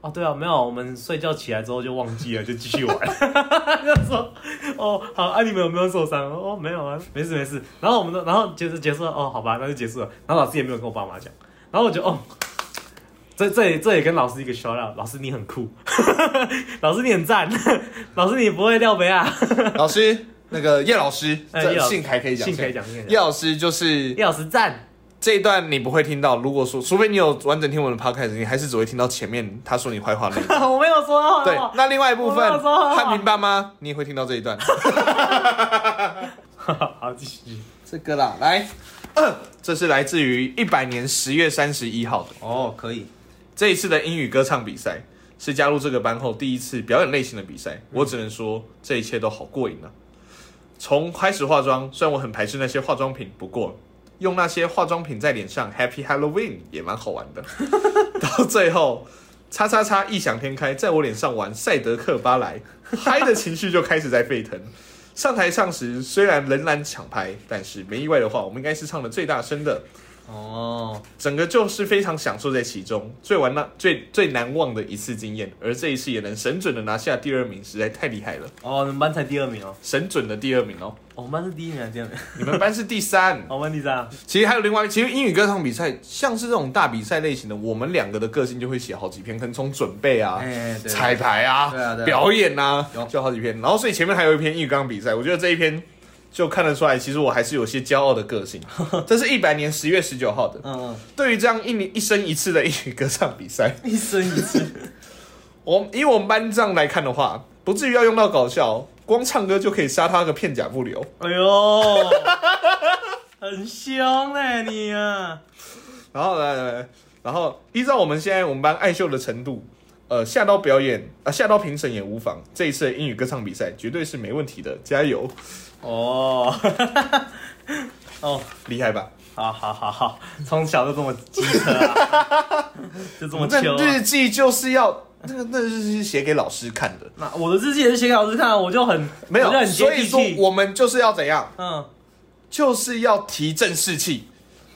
哦，对啊，没有，我们睡觉起来之后就忘记了，就继续玩。就说，哦，好啊，你们有没有受伤？哦，没有啊，没事没事。然后我们都，然后结束结束了，哦，好吧，那就结束了。然后老师也没有跟我爸妈讲，然后我就哦。这这也这也跟老师一个 shout out，老师你很酷， [laughs] 老师你很赞，老师你不会啊廖北亚，
老师那个叶老师，
哎
这
叶老师
姓还可以讲，
[laughs] 信可以讲，信可以
叶
讲，
老师就是
叶老师赞， [laughs]
这一段你不会听到，如果说除非你有完整听我的 podcast，你还是只会听到前面他说你坏话那一
[laughs]
段。
我没有说啊好
对，那另外一部
哦我没有
分
说话
汉平爸妈，你也会听到这一段。
好继续
这个啦，来，呃这是来自于一百年十月三十一号的
哦，可以，
这一次的英语歌唱比赛，是加入这个班后第一次表演类型的比赛。我只能说，这一切都好过瘾啊！从开始化妆，虽然我很排斥那些化妆品，不过用那些化妆品在脸上 Happy Halloween 也蛮好玩 [laughs] 的。到最后，叉叉叉异想天开，在我脸上玩赛德克巴莱，嗨的情绪就开始在沸腾。上台唱时虽然仍然抢拍，但是没意外的话，我们应该是唱的最大声的。
哦，
整个就是非常享受在其中，最完那最最难忘的一次经验，而这一次也能神准的拿下第二名，实在太厉害了，
哦，你们班才第二名哦，
神准的第二名哦。
我们班是第一名还是第二名？
你们班是第三，
我们第三啊，
其实还有另外，其实英语歌唱比赛像是这种大比赛类型的，我们两个的个性就会写好几篇，可能从准备啊。
哎，对
彩排啊，
对啊对啊
表演啊
有，
就好几篇。然后所以前面还有一篇浴缸比赛，我觉得这一篇就看得出来，其实我还是有些骄傲的个
[laughs]
性。这是一百年十月十九号的。
嗯， [laughs]
对于这样一年一生一次的英语歌唱比赛，
一生一次，
我以我们班这样来看的话，不至于要用到搞笑，哦光唱歌就可以杀他个片甲不留。
哎呦，很凶哎、你啊！
然后来来来，然后依照我们现在我们班爱秀的程度，呃，下到表演啊、呃，下到评审也无妨。这一次的英语歌唱比赛绝对是没问题的，加油，
哦， [laughs] 哦，
厉害吧？
好好好好，从小就这么机车啊，
[laughs]
就这么啊
那
秋、
日记就是要那个那日记是写给老师看的，
那我的日记也是写给老师看，我就很
没
我就
有，
很
所
接
以
地
说
气。
我们就是要怎样，
嗯，
就是要提振士气。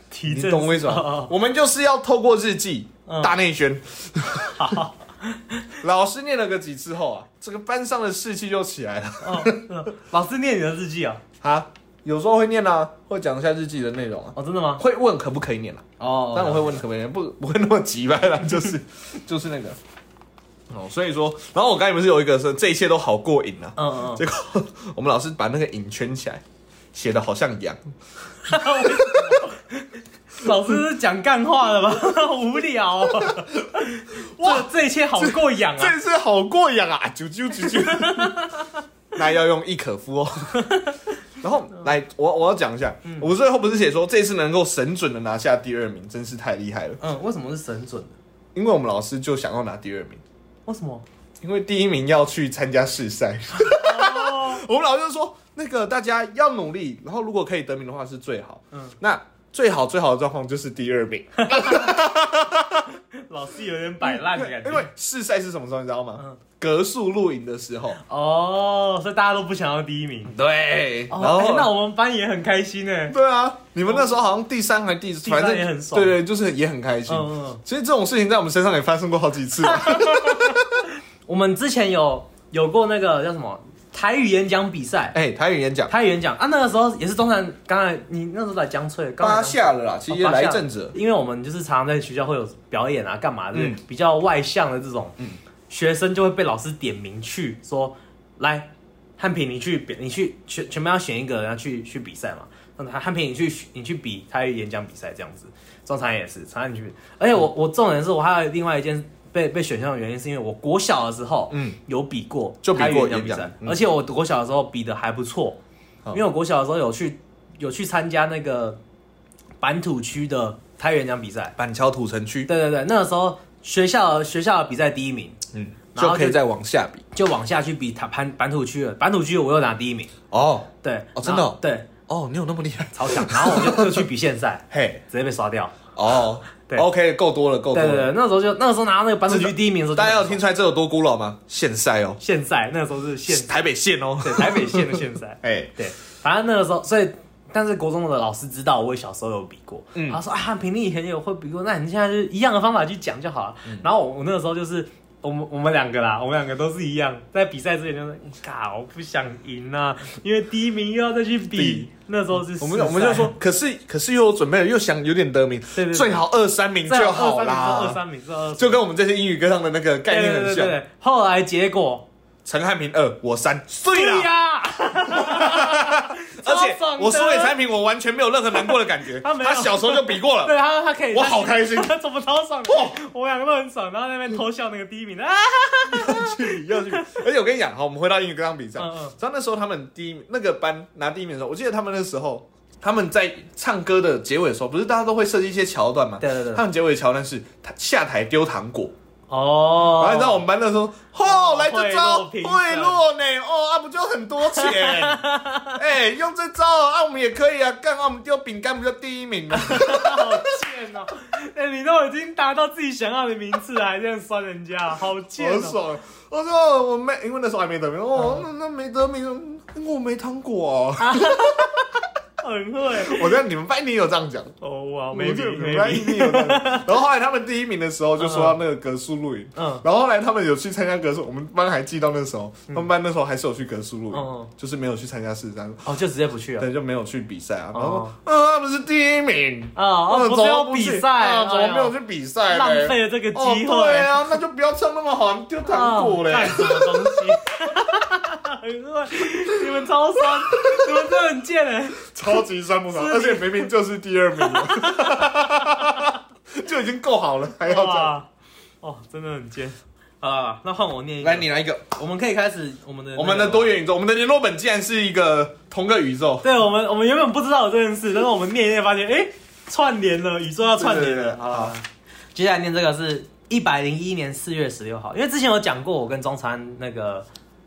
提
你
振
懂我意思吗？
哦
我们就是要透过日记、
嗯
大内
[laughs]
宣。 [laughs] 老师念了个几次后啊，这个班上的士气就起来了。 [laughs]
哦嗯老师念你的日记啊？
啊，有时候会念啊，会讲一下日记的内容啊，
哦，真的吗？
会问可不可以念啊，
哦，
但我会问可不可以念，不不会那么急吧？ [laughs] 啦，就是就是那个。哦，所以说，然后我刚才不是有一个说这一切都好过瘾啊，
嗯嗯， [laughs]
结果我们老师把那个瘾圈起来，写的好像羊。
老师是讲干话的吧？ [laughs] 无聊、
[laughs]
哦。哇，这一切好过瘾啊！
这次好过瘾啊！啾啾啾啾，
[laughs]
那要用易可夫哦。然后
嗯
来，我我要讲一下，我最后不是写说这次能够神准的拿下第二名，真是太厉害了。
嗯，为什么是神准的？
因为我们老师就想要拿第二名，
为什么？
因为第一名要去参加试
[laughs]
赛。
哦，
我们老师就说，那个大家要努力，然后如果可以得名的话是最好。
嗯
那最好最好的状况就是第二
[laughs]
名，
老师有点摆烂的感
因为
觉。
试赛是什么时候你知道吗？
嗯
格数录影的时候。
哦，所以大家都不想要第一名。
对，
哦
然后、
哎那我们班也很开心哎。
对啊，你们那时候好像第三还第，
哦第
反正
三也很爽
对对，就是也很开心。
嗯嗯嗯
其实这种事情在我们身上也发生过好几次。啊
我们之前有有过那个叫什么台语演讲比赛，
[laughs] 哎，台语演讲
台语演讲啊，那个时候也是中山，刚才你那时候来江翠，刚才
八
江
下了啦，其实也
哦
来一阵子了。
因为我们就是常常在学校会有表演啊，干嘛的、
嗯
比较外向的这种、
嗯
学生就会被老师点名去说，来汉平你去比你去全全班要选一个人要去去比赛嘛，那他汉平你去你去比他演讲比赛这样子，中常也是，常常你去比，而且我、
嗯
我重点是我还有另外一件被被选上的原因是因为我国小的时候
嗯
有比过
就比过
台语演讲
演
比
讲
赛，
嗯哦
而且我国小的时候比的还不错，
好
因为我国小的时候有去有去参加那个板土区的台语演讲比赛。
板桥土城区，
对对对，那个时候学校学校的比赛第一名，
嗯，就
然后就
可以再往下比。
就往下去比台板板土区了。板土区我又拿第一名，
哦
对，
哦
然
真
后
的哦
对，
哦，你有那么厉害？
超强。然后我就就去比现赛，
嘿，
直接被刷掉。
哦
[laughs] 对
，OK，够多了，够多
对对对
了。，
那时候就那个时候拿到那个板土
知
区
道
第一名的时候，
大家有听。出来这有多古老吗？现赛哦，
现赛那个时候是现
台北县哦。
对台北县的现赛，
哎，
对，反正那个时候，所以但是国中的老师知道我小时候有比过，
嗯
他说啊，平你以前也有会比过，那你现在就是一样的方法去讲就好了。
嗯
然后我我那个时候就是。我们我们两个啦，我们两个都是一样，在比赛之前就是，嘎，我不想赢啊，因为第一名又要再去比。
比
那时候是
我们
四
我们就
赛
说，可是可是又有准备了，又想有点得名
对对，对
最好二三名
再
就
有
好
二
啦，
三名，再有二三名，
就跟我们这些英语歌上的那个概
对
念
对
很
对对
像。
对。后来结果，
陈汉平二，我三，碎
对
啦！
呀、
[laughs] 而且
超爽的
我输给产品，我完全没有任何难过的感觉。
他没有
他小时候就比过了，
[laughs] 对他他可以，
我好开心，
[laughs] 他怎么超爽的
哇？
我们两个都很爽，然后在那边偷笑那个第一名的啊，
去比要去比。而且我跟你讲，好，我们回到英语歌唱比赛，
嗯嗯
知道那时候他们第一名那个班拿第一名的时候，我记得他们那时候他们在唱歌的结尾的时候，不是大家都会设计一些桥段嘛？
对对对
他们结尾的桥段是他下台丢糖果，
哦
然后你知道我们班那时候，哦，来这招
贿赂评审
贿赂呢，哦，啊不就很多
[laughs]
钱？哎，用这招啊，我们也可以啊，干啊，我们丢饼干不就第一名吗？
[laughs] 好贱哦！ [laughs] 哎、你都已经达到自己想要的名次了，还这样酸人家，好贱
好
哦！嗯
爽！我说我没，因为那时候还没得名，哦，那那没得名，因为我没糖果啊。
很会
我觉得你们班一定有这样讲，
哦，哇，
我
没
觉
比
得你
没
们班
比，
一定有这样讲。然后后来他们第一名的时候就说到那个格数录影，
嗯
然后后来他们有去参加格数，我们班还记到那时候，他们班那时候还是有去格数录影
嗯嗯，
就是没有去参加四三，
哦，就直接不去了。
对，就没有去比赛啊。然后
哦
嗯，他们是第一名。
啊、哦，
嗯
不
怎
是
么
要
不去
比赛，
啊怎么没有
哎
去比赛
呦
嘞？
浪费了这个
哦
机会？
对啊，那就不要唱那么好，丢糖果
哦
嘞
干。什么东西？ [laughs] 很会，你们超酸，你们真的很贱
[laughs]
哎！
超级酸不爽，
是
而且明明就是第 [laughs] 二名了，就已经够好了，还要这样。
哇，哦，真的很尖。好了，那换我念一个。
来，你来一个。
我们可以开始我们的那个
我们的多元宇宙，我们的联络本竟然是一个同个宇宙。
对我们，我们原本不知道有这件事，但是我们念一念发现，哎、串联了，宇宙要串联
对对对
了。
好
好接下来念这个是一百零一年四月十六号，因为之前有讲过，我跟中餐那个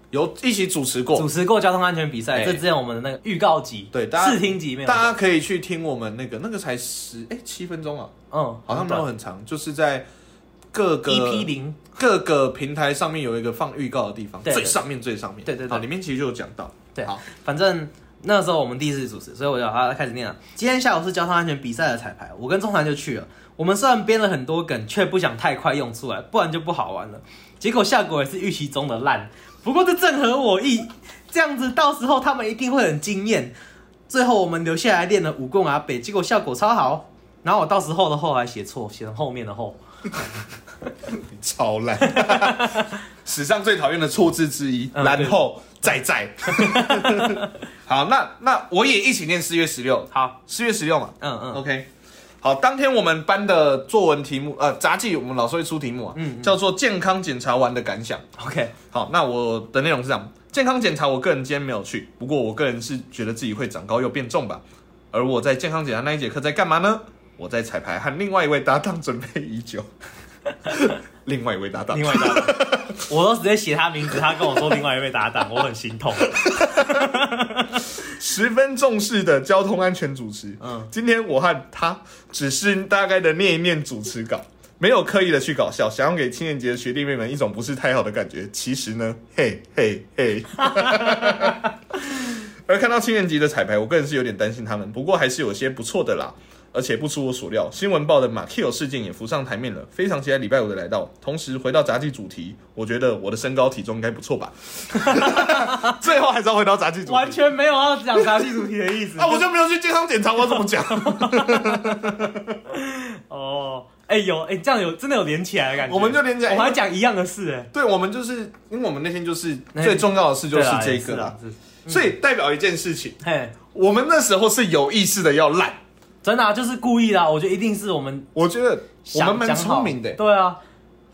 有一起主持过
主，持过交通安全比赛，
哎
这之前我们的那个预告集，
对大家
试听集没有，
大家可以去听我们那个，那个才十哎七分钟啊，
嗯，
好像没有很 E 长，就是在各个
EP E 零，
各个平台上面有一个放预告的地方，
对
最上面最上面，
对对对
好，里面其实就有讲到，
对
好，
反正那时候我们第一次主持，所以我就好开始念了。今天下午是交通安全比赛的彩排，我跟中团就去了。我们虽然编了很多梗，却不想太快用出来，不然就不好玩了。结果效果也是预期中的烂，不过这正合我意。这样子到时候他们一定会很惊艳。最后我们留下来练了武功阿北，啊结果效果超好。然后我到时候的后还写错，写成后面的后。
超烂， [laughs] 史上最讨厌的错字之一，
嗯
然后再再， [laughs] 好，那那我也一起念四月十六，
好，
四月十六嘛，
嗯嗯，
OK，好，当天我们班的作文题目，呃，杂技我们老师会出题目啊，
嗯
叫做健康检查完的感想。
OK，
好，那我的内容是这样：健康检查，我个人今天没有去，不过我个人是觉得自己会长高又变重吧。而我在健康检查那一节课在干嘛呢？我在彩排和另外一位搭档准备已久。 [laughs] 另外一位搭档
另，外一搭档，我都直接写他名字，他跟我说另外一位搭档，我很心痛。
十分重视的交通安全主持。
嗯
今天我和他只是大概的念一念主持稿，没有刻意的去搞笑，想要给青年节的学弟妹们一种不是太好的感觉。其实呢，嘿嘿嘿。 [laughs] 而看到青年级的彩排，我个人是有点担心他们，不过还是有些不错的啦。而且不出我所料，新闻报的马 Q 事件也浮上台面了，非常期待礼拜五的来到。同时回到杂技主题，我觉得我的身高体重应该不错吧。 [laughs] 最后还是要回到杂技主题，
完全没有要讲杂技主题的意思
啊，我就没有去健康检查，我要怎么
[laughs]
讲？
哦，哎、有哎、这样有真的有连起来的感觉，
我们就连起来
我们还讲一样的事哎、
对，我们就是因为我们那天就是最重要的事就是这个啦，，
啦啊也是啦嗯
所以代表一件事情，
是嘿，
我们那时候是有意识的要烂，
真的、啊、就是故意的啊、我觉得一定是我们
我觉得我
想
们蛮
讲好
聪明的、
对啊，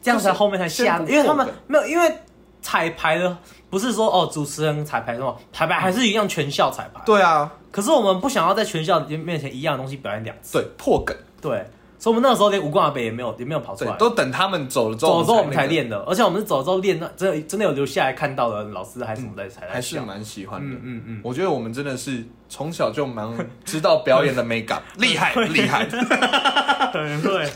这样才
就是
后面才下，
先不
因为他们
做梗
没有，因为彩排的不是说哦主持人彩排什么彩排还是一样全校彩排，
对啊，
可是我们不想要在全校面前一样的东西表演两次，
对破梗，
对，所以我们那个时候连吴冠阿北也没有也没有跑出
对
来，，
都等他们走了之后，
走之后我们才，练的，而且我们是走之后练，那真的真的有留下来看到的老师嗯还是什么在才来
还是
笑。
蛮喜欢的。
嗯嗯嗯，
我觉得我们真的是从小就蛮知道表演的美
[laughs]
感，厉害厉害。
[laughs] 对对，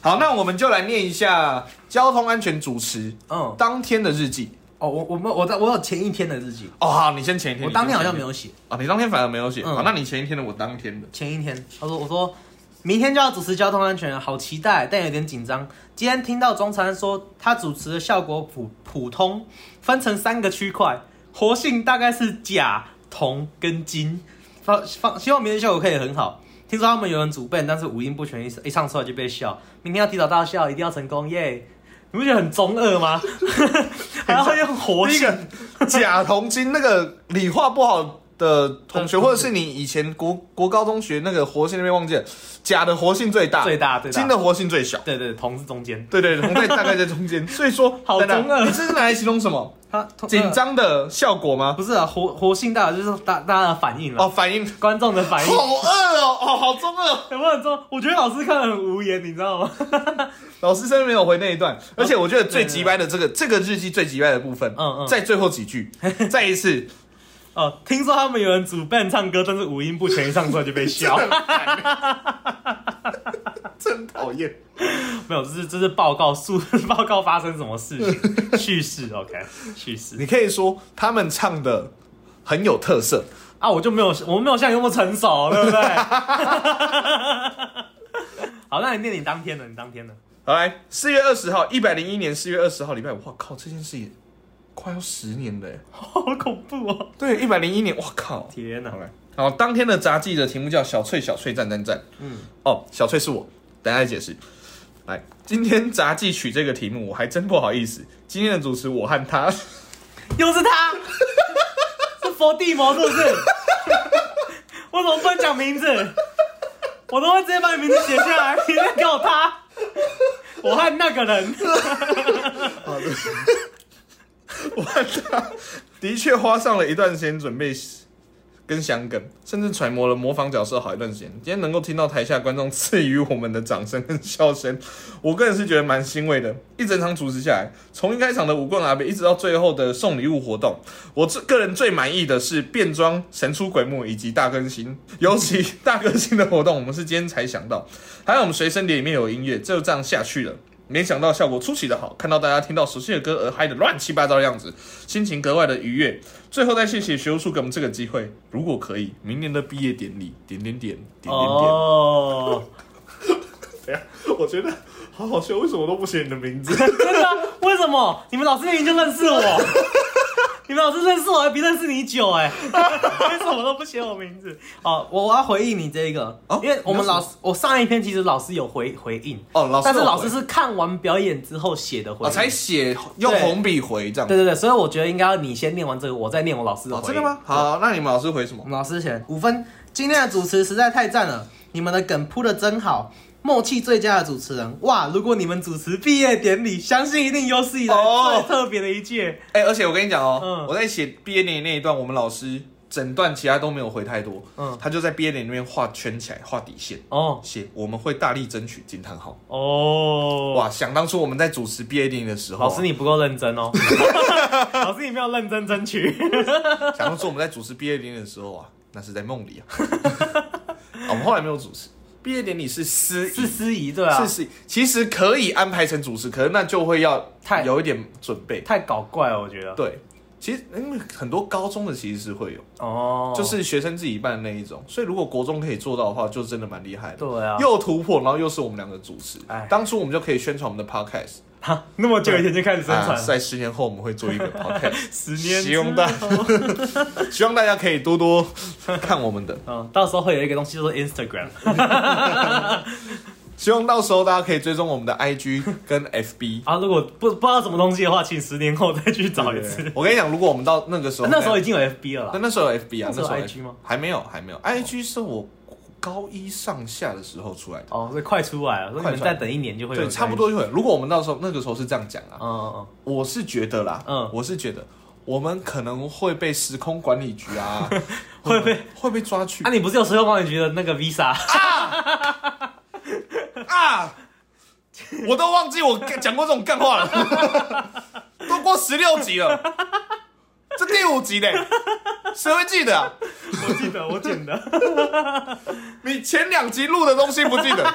好，那我们就来念一下交通安全主持
嗯，
当天的日记。
哦，我我们我在我有前一天的日记，
哦，好，你先前一天，
我当天好像
有。
没有写，
啊，你当天反而没有写，
嗯
好，那你前一天的，我当天的，
前一天他说我说明天就要主持交通安全了，好期待，但有点紧张。今天听到中餐说他主持的效果普普通，分成三个区块，活性大概是钾、铜跟金，放放希望明天效果可以很好。听说他们有人主办，但是五音不全，一一唱出来就被笑。明天要提早到校，一定要成功耶！你不觉得很中二
[laughs]
吗？还要用活
第一
性？
个 [laughs] 假同金那个理化不好的同学，
嗯
或者是你以前国国高中学那个活性那边忘记了，假的活性最大，
最大最大
金的活性最小。
对对，铜是中间。
对对，同在大概在中间，所以说
好
等等
中二
你这是拿来形容什么？
他
紧张的效果吗？
不是啊，活活性大就是大大家的反应了。
哦，反应
观众的反应。
好饿哦，哦，好中二。
有没有很重？我觉得老师看得很无言，你知道吗？
老师真的没有回那一段，而且我觉得最
对对
急掰的这个这个日记最急掰的部分，
嗯嗯
在最后几 [laughs] 句，再一次
哦，听说他们有人主办唱歌，但是五音不全，一上出来就被
[laughs]
笑。
真讨厌。
没有，这是这是报告述 [laughs] 报告发生什么事
[laughs]
情叙事，OK，叙事
你可以说他们唱的很有特色，
啊，我就没有我没有像你那么成
[laughs]
熟，对不 [laughs] 对？好，那你念你当天的，你当天的， [laughs]
好来，四月二十号，一百零一年四月二十号，礼拜五，哇靠，这件事也快要十年了耶。
好恐怖哦！
对，一百零一年，哇靠。
天哪
好，来，好，当天的杂技的题目叫“小翠小翠赞赞赞”。
嗯
嗯，哦，小翠是我，等一下再解释。来，今天杂技取这个题目，我还真不好意思。今天的主持我和他，
又是他，
[laughs]
是佛地魔是不是？我怎么不能讲名字？我都会直接把你名字写下来，你在搞他，我和那个人，
我和他的确花上了一段时间准备跟想梗，甚至揣摩了模仿角色好一段时间。今天能够听到台下观众赐予我们的掌声跟笑声，我个人是觉得蛮欣慰的。一整场主持下来，从一开场的舞棍阿北，一直到最后的送礼物活动，我最个人最满意的是变装、神出鬼没以及大更新。尤其大更新的活动，我们是今天才想到，还有我们随身碟里面有音乐，就这样下去了。没想到效果出奇的好，看到大家听到熟悉的歌而嗨的乱七八糟的样子，心情格外的愉悦。最后再谢谢学务处给我们这个机会，如果可以，明年的毕业典礼，点点点，点点点。
哦，
等一下我觉得好好笑，为什么都不写你的名字？
真的啊？为什么？你们老师明明就认识我，你们老师认识我还比认识你久哎、为什么都不写我名字？哦，我我要回应你这个，
哦
因为我们
你要
老师，我上一篇其实老师有回回应，
哦，老师有回，
但是老师是看完表演之后写的回
我
应，
哦才写用
对
红笔回这样。
对对对，所以我觉得应该要你先念完这个，我再念我老师的
哦，
回
真
应。
的吗？好，那你们老师回什么
我？们老师写五分，今天的主持实在太赞了，你们的梗铺的真好，默契最佳的主持人哇！如果你们主持毕业典礼，相信一定有史以来
哦
最特别的一届。
哎、而且我跟你讲哦、
嗯
我在写毕业典礼那一段，我们老师整段其他都没有回太多，
嗯
他就在毕业典礼那边画圈起来，画底线，
哦
写我们会大力争取惊叹号。
哦，
哇，想当初我们在主持毕业典礼的时候啊、
老师你不够认真哦， [laughs] 老师你没有认真争取。
[laughs] 想当初我们在主持毕业典礼的时候啊，那是在梦里啊。
[laughs]
啊我们后来没有主持，毕业典礼是司仪
是司仪对啊
是，司仪，其实可以安排成主持，可是那就会要
太
有一点准备。
太搞怪了，我觉得。
对，其实因为很多高中的其实是会有。
哦，
就是学生自己办的那一种。所以如果国中可以做到的话，就真的蛮厉害的。
对啊
又突破，然后又是我们两个主持
哎。
当初我们就可以宣传我们的 podcast，
哈，那么久以前就开始生
啊，
产，
在十年后我们会做一个 podcast，
[laughs] 十年
希望
之
大
后 [laughs]
希望大家可以多多看我们的。
嗯，到时候会有一个东西叫做 Instagram。
希望到时候大家可以追踪我们的 IG 跟
[laughs]
FB。
啊，如果不不知道什么东西的话，请十年后再去找一次。啊
我跟你讲，如果我们到那个时候，
[laughs] 那时候已经有 FB 了
那
啦，
那时候有 FB 啊，
那时候
有
IG 吗？
还没有，还没有。IG 是我高一上下的时候出来的，
哦，所以快出来了，所以你
快
们
出来
再等一年就会有。
对，差不多。就会。如果我们到时候那个时候是这样讲啊，
嗯嗯
我是觉得啦，
嗯
我是觉得我们可能会被时空管理局
[laughs]
啊，
会被
会被抓去
嗯，啊，你不是有社会保险局的那个
[laughs]
Visa？
啊！我都忘记我干讲过这种干话了，
[laughs]
都过十六集了，这第五集嘞，谁会记得、啊？
我记得，我剪的。
你前两集录的东西不记得，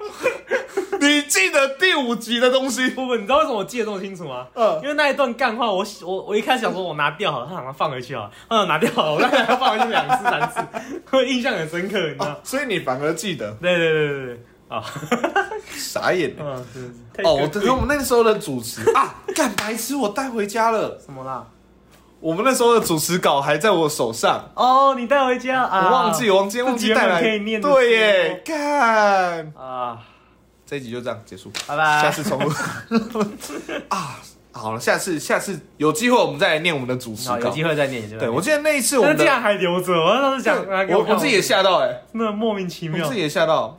[laughs]
你记得第五集的东西？
不不，你知道为什么我记得这么清楚吗？
嗯
因为那一段干话，我我我一开始想说我拿掉好了，他想把它放回去好了，嗯，拿掉好了，我让他放回去两次三次， [laughs] 会印象很深刻，你知道？
所以你反而记得，
对对对对对，啊，
傻眼嘞！
嗯，真的是太
[laughs] 哦，我
可
跟我们那时候的主持啊，干白痴，我带回家了。
什么啦？
我们那时候的主持稿还在我手上，
哦，你带回家啊？
我忘记，我忘记忘记带来。
自己原本可以念的
对耶，干，
啊，
这一集就这样结束，
拜拜。
下次重录 [laughs] 啊。好了，下次下次有机会我们再来念我们的主持
好，有
稿
机。会再念，有机会再
对，
念
我记得那一次我
但
们
是竟然
的，
还留着，我当时讲，拿啊给
我
看
我自己也吓到哎、
真的莫名其
我
妙
自。己也吓到。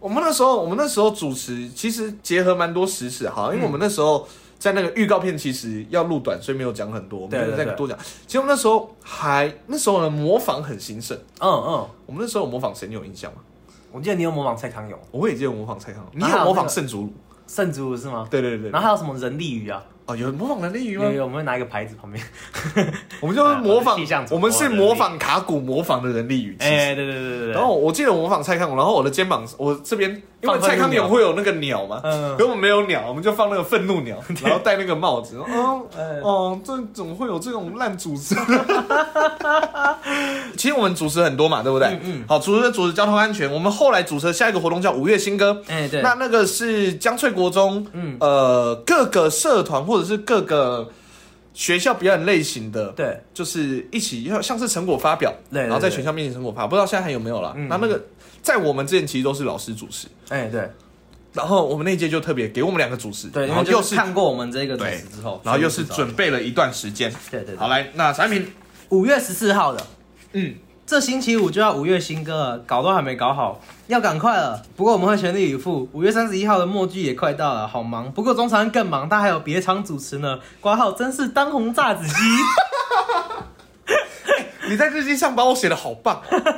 我们那时候我们那时候主持其实结合蛮多时事哈，因为
嗯
我们那时候。在那个预告片其实要录短，所以没有讲很多，我们
对
没有再
对对
多讲。其实我们那时候还那时候呢模仿很兴盛，
嗯嗯，
我们那时候有模仿谁，你有印象吗？
我记得你有模仿蔡康永、
我也记得模仿蔡康永，你
啊
有模
那
仿
个
圣祖鲁？
圣祖鲁是吗？
对对对
然
对，
后还有什么人力鱼啊？
哦，有模仿蓝鲤鱼
有
吗？
有，我们会拿一个牌子
[laughs]
旁边。
我们就是模
啊我
仿
们气象，组
我们是模仿卡古模仿的人力语气。
哎，对对对对对。
然后我记得我模仿蔡康永，然后我的肩膀，我这边因为
放愤怒
蔡康永
鸟
会有那个鸟嘛，
嗯
可我们没有鸟，我们就放那个愤怒
[laughs]
鸟，然后戴那个帽子。哦
嗯
哦，这怎么会有这种烂主持？
[laughs]
其实我们主持很多嘛，对不对？嗯好，主持的主持交通安全，我们后来主持的下一个活动叫五月新歌。
哎对，
那那个是江翠国中，嗯
嗯，
呃，各个社团或者是各个学校表演类型的，，
对
就是一起要像是成果发表，
对对
然后在
对
学校面前成果发，不知道现在还有没有啦。
嗯
那那个在我们之前其实都是老师主持，
哎对
然后我们那一届就特别给我们两个主持，
对，
然后
因为就
又是
看过我们这个主持之后，
然后又是准备了一段时间，
对对对
好来，那产品，
五月十四号的，
嗯，
这星期五就要五月新歌了，搞都还没搞好，要赶快了。不过我们会全力以赴。五月三十一号的默剧也快到了，好忙。不过中场更忙，他还有别场主持呢。挂号真是当红炸 [laughs] 子鸡。
你在日记上把我写的好
[laughs]
棒哦、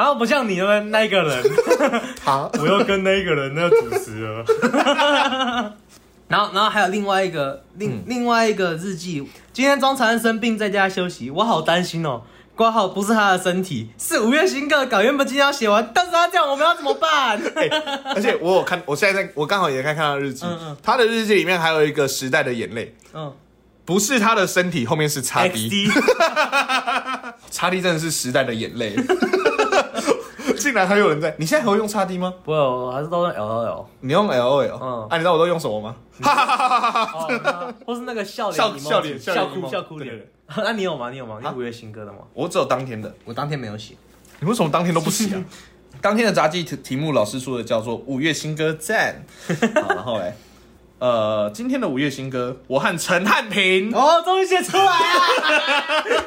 然后不像你们那个人，
他
我又跟那个人那主持了。然后，然后还有另外一个另、另外一个日记，今天庄长恩生病在家休息，我好担心哦。挂号不是他的身体，是五月新歌稿原本今天要写完，但是他这样我们要怎么办？
哎而且我有看，我现在在我刚好也在看他的日记，
嗯嗯
他的日记里面还有一个时代的眼泪，
[laughs] 嗯
不是他的身体，后面是叉
x
D，
D，
[laughs] 叉 D 真的是时代的眼 [laughs] 泪。竟然还有人在，你现在还会用叉 D 吗？
不会，我还是都用 L
[laughs]
L L，
你用 L O L，
嗯
啊，你知道我都用什么吗？哈哈哈哈哈哈！
哦 [laughs] 那或是那个笑脸
笑
emoji，
笑脸
笑
笑
哭
脸
笑哭
emoji，啊
脸。 [laughs] 那你有吗？你有吗？你有五月新歌的吗？
我只有当天的，
我当天没有写。
你为什么当天都不 [laughs] 洗啊？当天的杂技题题目老师说的叫做“五月新歌 [laughs] 赞”，好，然后嘞，呃，今天的五月新歌，我和陈汉平、
哦，终于写出
[laughs]
来了。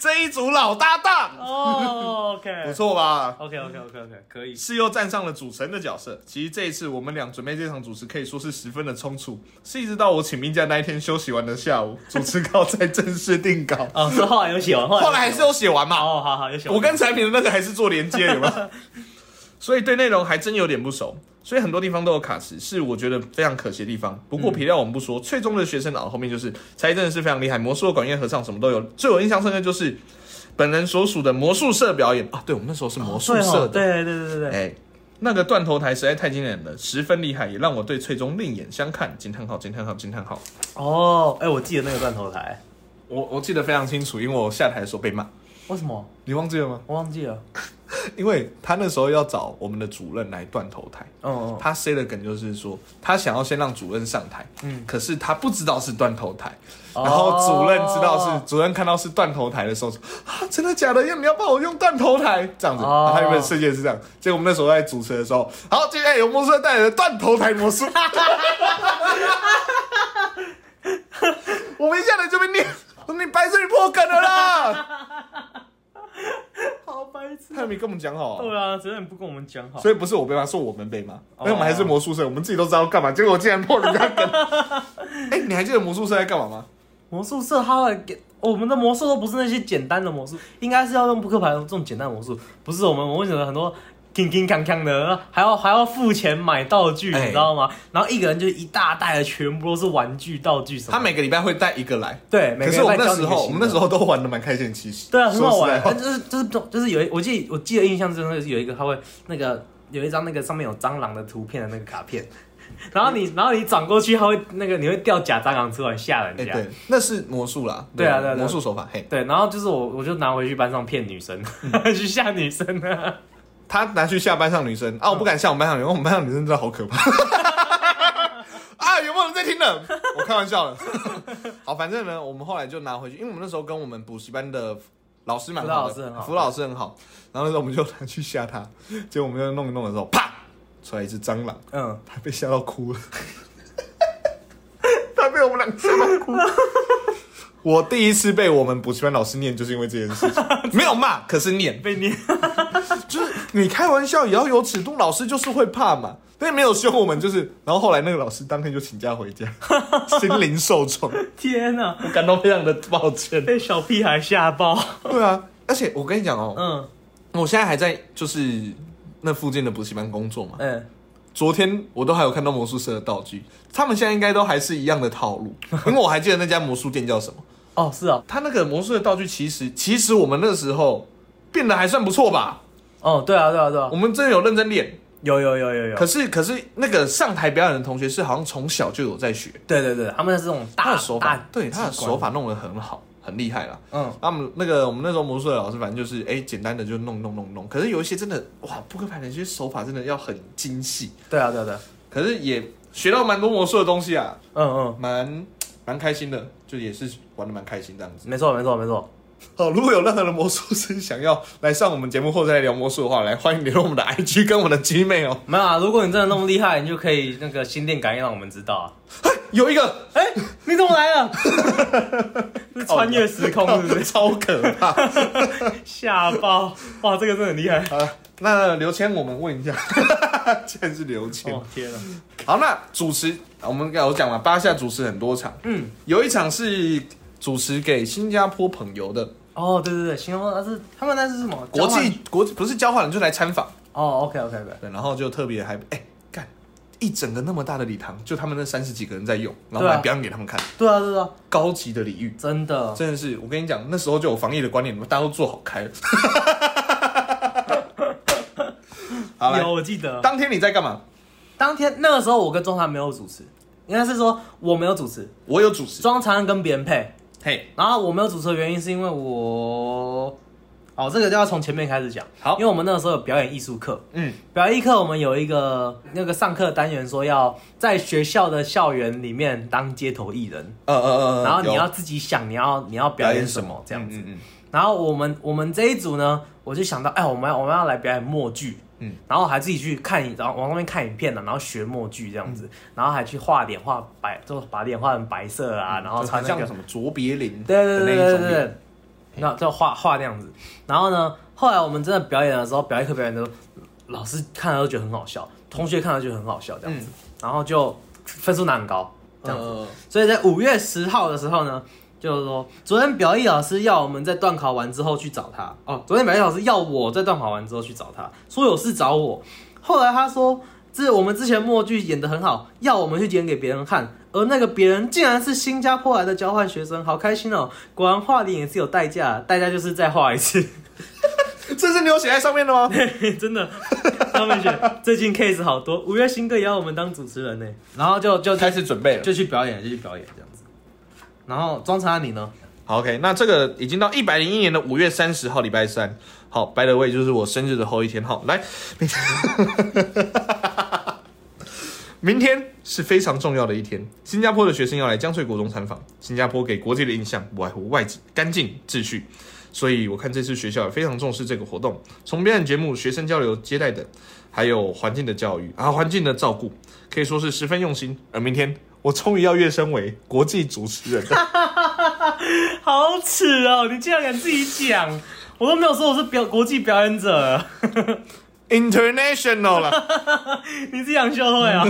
这一组老搭档，
哦，OK，
不错吧？
OK OK OK OK，可以。。
是又站上了主持人的角色。其实这一次我们俩准备这场主持可以说是十分的冲突，是一直到我请病假那一天休息完的下午， [laughs] 主持稿才正式定稿
哦，是 [laughs] 后来有写完，后
后来还是
有
有写完嘛？
哦，好好有写完。
我跟产品的那个还是做连接，有没有？ [laughs] 所以对内容还真有点不熟，所以很多地方都有卡词，是我觉得非常可惜的地方。不过撇掉我们不说，最终的学生脑后面就是才真的是非常厉害，魔术、管乐、合唱什么都有。最我印象深刻就是本人所属的魔术社表演啊，对我们那时候是魔术
对
社
哦，
的，
对对对对对，
哎、那个断头台实在太惊人了，十分厉害，也让我对翠中另眼相看。惊叹号！惊叹号！惊叹号！
哦，哎，我记得那个断头台，
我我记得非常清楚，因为我下台的时候被骂，
为什么
你忘记了吗？
我忘记了？
因为他那时候要找我们的主任来断头台，
嗯
他塞的梗就是说，他想要先让主任上台，
嗯
可是他不知道是断头台，
哦
然后主任知道是主任看到是断头台的时候说，啊，真的假的？要你要帮我用断头台这样子，
哦
他原本设计的是这样，结果我们那时候在主持的时候，啊好，接下来由魔术师带来的断头台魔
[laughs]
术，我们一下来就被念，你白痴你破梗了啦！
嗯，好白痴
他。有没跟我们讲好、啊？
对啊，只是你不跟我们讲好。
所以不是我被骂，是我们被骂。
哦
因为我们还是魔术社，我们自己都知道干嘛，结果我竟然破人家
[laughs]
梗。哎、你还记得魔术社在干嘛吗？
魔术社它会给哦我们的魔术都不是那些简单的魔术，应该是要用扑克牌这种简单的魔术，不是我们我们选了很多。铿铿锵锵的，还要还要付钱买道具，
哎
你知道吗？然后一个人就一大袋的，全部都是玩具、道具什么的。
他每个礼拜会带一个来，
对，
可
每个
是
人
我
在
们那
教你
时
一个
候，
新
我们
的
那时候都玩的蛮开心其实。
对啊，很好玩，
说
但
实在话
就是就是就是有一，我记我记得印象中的是有一个他会那个有一张那个上面有蟑螂的图片的那个卡片，然后你然后你转过去，他会那个你会掉假蟑螂出来吓人
哎、
家。
对，那是魔术啦。
对啊对啊对啊
魔术手法。嘿，
对，然后就是我，我就拿回去班上骗女生，
嗯
[laughs] 去吓女生啊。
他拿去吓班上女生啊，
嗯
我不敢吓我们班上女生，我们班上女生真的好可
[laughs]
怕。啊，有没有人在听呢？我开玩笑的。 [laughs] 好，反正呢，我们后来就拿回去，因为我们那时候跟我们补习班的老师蛮好
辅导老师很
的，
好
辅老师很好。然后那时候我们就拿去吓他，结果我们就弄一弄的时候，啪，出来一只蟑螂，
嗯，
他被吓到哭了。 [laughs] 他被我们俩吓
[laughs]
到哭。我第一次被我们补习班老师念，就是因为这件事
[laughs]
情，没有骂，可是念。
[laughs] 被你
就是你开玩笑也要有尺度，老师就是会怕嘛。但没有凶我们，就是，然后后来那个老师当天就请假回 [laughs] 家，心灵受创，
天哪、
我感到非常的抱歉。
被小屁孩吓爆。
对啊，而且我跟你讲哦，
嗯
我现在还在就是那附近的补习班工作嘛。
嗯，
昨天我都还有看到魔术社的道具，他们现在应该都还是一样的套 [laughs] 路，因为我还记得那家魔术店叫什么。
哦是哦，
他那个魔术的道具，其实其实我们那时候变得还算不错吧，
哦对啊对啊对啊
我，们真的有认真练。
有有有有有
可，是可是那个上台表演的同学是好像从小就有在学，
对对对，他们是这种
他
大
的手
大
法，对他的
机关
手，法弄得很好，很厉害啦。
嗯
他们那个我们那时候魔术的老师，反正就是哎、简单的就弄弄弄弄。可是有一些真的哇，扑克牌的一些手法真的要很精细，
对啊对啊对啊，
可是也学到蛮多魔术的东西啊，
嗯嗯，
蛮蛮开心的，就也是玩的蛮开心这样子。
没错没错没错。
好，如果有任何的魔术师想要来上我们节目或者来聊魔术的话，来欢迎联络我们的 IG 跟我们的 Gmail 哦。
没有啊，如果你真的那么厉害，你就可以那个心电感应让我们知道啊。
有一个
哎、你怎么来
[laughs]
了？是穿越时空是不是？
超可怕。
[laughs] 吓爆！哇，这个真的很
[laughs]
厉害。
好了，那刘谦，我们问一
[laughs]
下，既然是刘谦，
哦天啊！
好，那主持我们刚有讲了，巴夏主持很多场，
嗯，
有一场是主持给新加坡朋友的
哦，对对对，新加坡那是他们那是什么？
国
交换
际国际不是交换，就来参访，
哦，OK OK OK，
对，然后就特别还哎干一整个那么大的礼堂，就他们那三十几个人在用，然后
对啊
来表演给他们看，
对啊对啊，
高级的礼遇，
真的，
真的是我跟你讲，那时候就有防疫的观念，大家都做好开
[laughs]
了。好来
有我记得。
当天你在干嘛？
当天那个时候我跟庄长没有主持，应该是说我没有主持，
我有主持，
庄长跟别人配。
嘿，
然后我没有主持的原因是因为我，哦，这个就要从前面开始讲。
好
因为我们那个时候有表演艺术课，
嗯，
表演艺课我们有一个那个上课单元说要在学校的校园里面当街头艺人，
呃呃呃，呃
然后你
有
要自己想你要你要表演什么这样子。
嗯嗯
然后我们我们这一组呢，我就想到，哎，我们要我们要来表演默剧，
嗯
嗯，然后还自己去看影，然后往那边看影片呢、然后学默剧这
嗯
样子，然后还去画脸画白，就把脸画成白色啊，然
嗯，
后
就
穿
很
那
像
个
什么卓别林
对对对
的那一
对
种
对
脸
对，那就画画那样子。然后呢，后来我们真的表演的时候，表演课表演的时候，老师看了都觉得很好笑，同学看了就很好笑这
嗯
样子，然后就分数拿很高这样子。
呃
所以在五月十号的时候呢，就是说昨天表艺老师要我们在段考完之后去找他哦，昨天表艺老师要我在段考完之后去找他，说有事找我。后来他说，这我们之前默剧演得很好，要我们去演给别人看，而那个别人竟然是新加坡来的交换学生，好开心哦！果然画脸也是有代价，代价就是再画一次， [laughs]
这是你有写在上面的吗？
真的。他们写最近 case 好多，五月新歌也要我们当主持人呢，然后就就
开始准备了。
就去表演，就去表演这样子。然后庄查你呢？
好，OK，那这个已经到一百零一年的五月三十号，礼拜三。好，by the way，就是我生日的后一天。好，来，明天，明天是非常重要的一天。新加坡的学生要来江翠国中参访。新加坡给国际的印象不外乎外干净、秩序，所以我看这次学校也非常重视这个活动，从表演节目、学生交流、接待等，还有环境的教育啊，环境的照顾，可以说是十分用心。而明天，我终于要跃升为国际主持人了。
[laughs] 好耻哦！你竟然敢自己讲，我都没有说我是表国际表演者， [laughs]
international 了，
你自己讲秀会啊？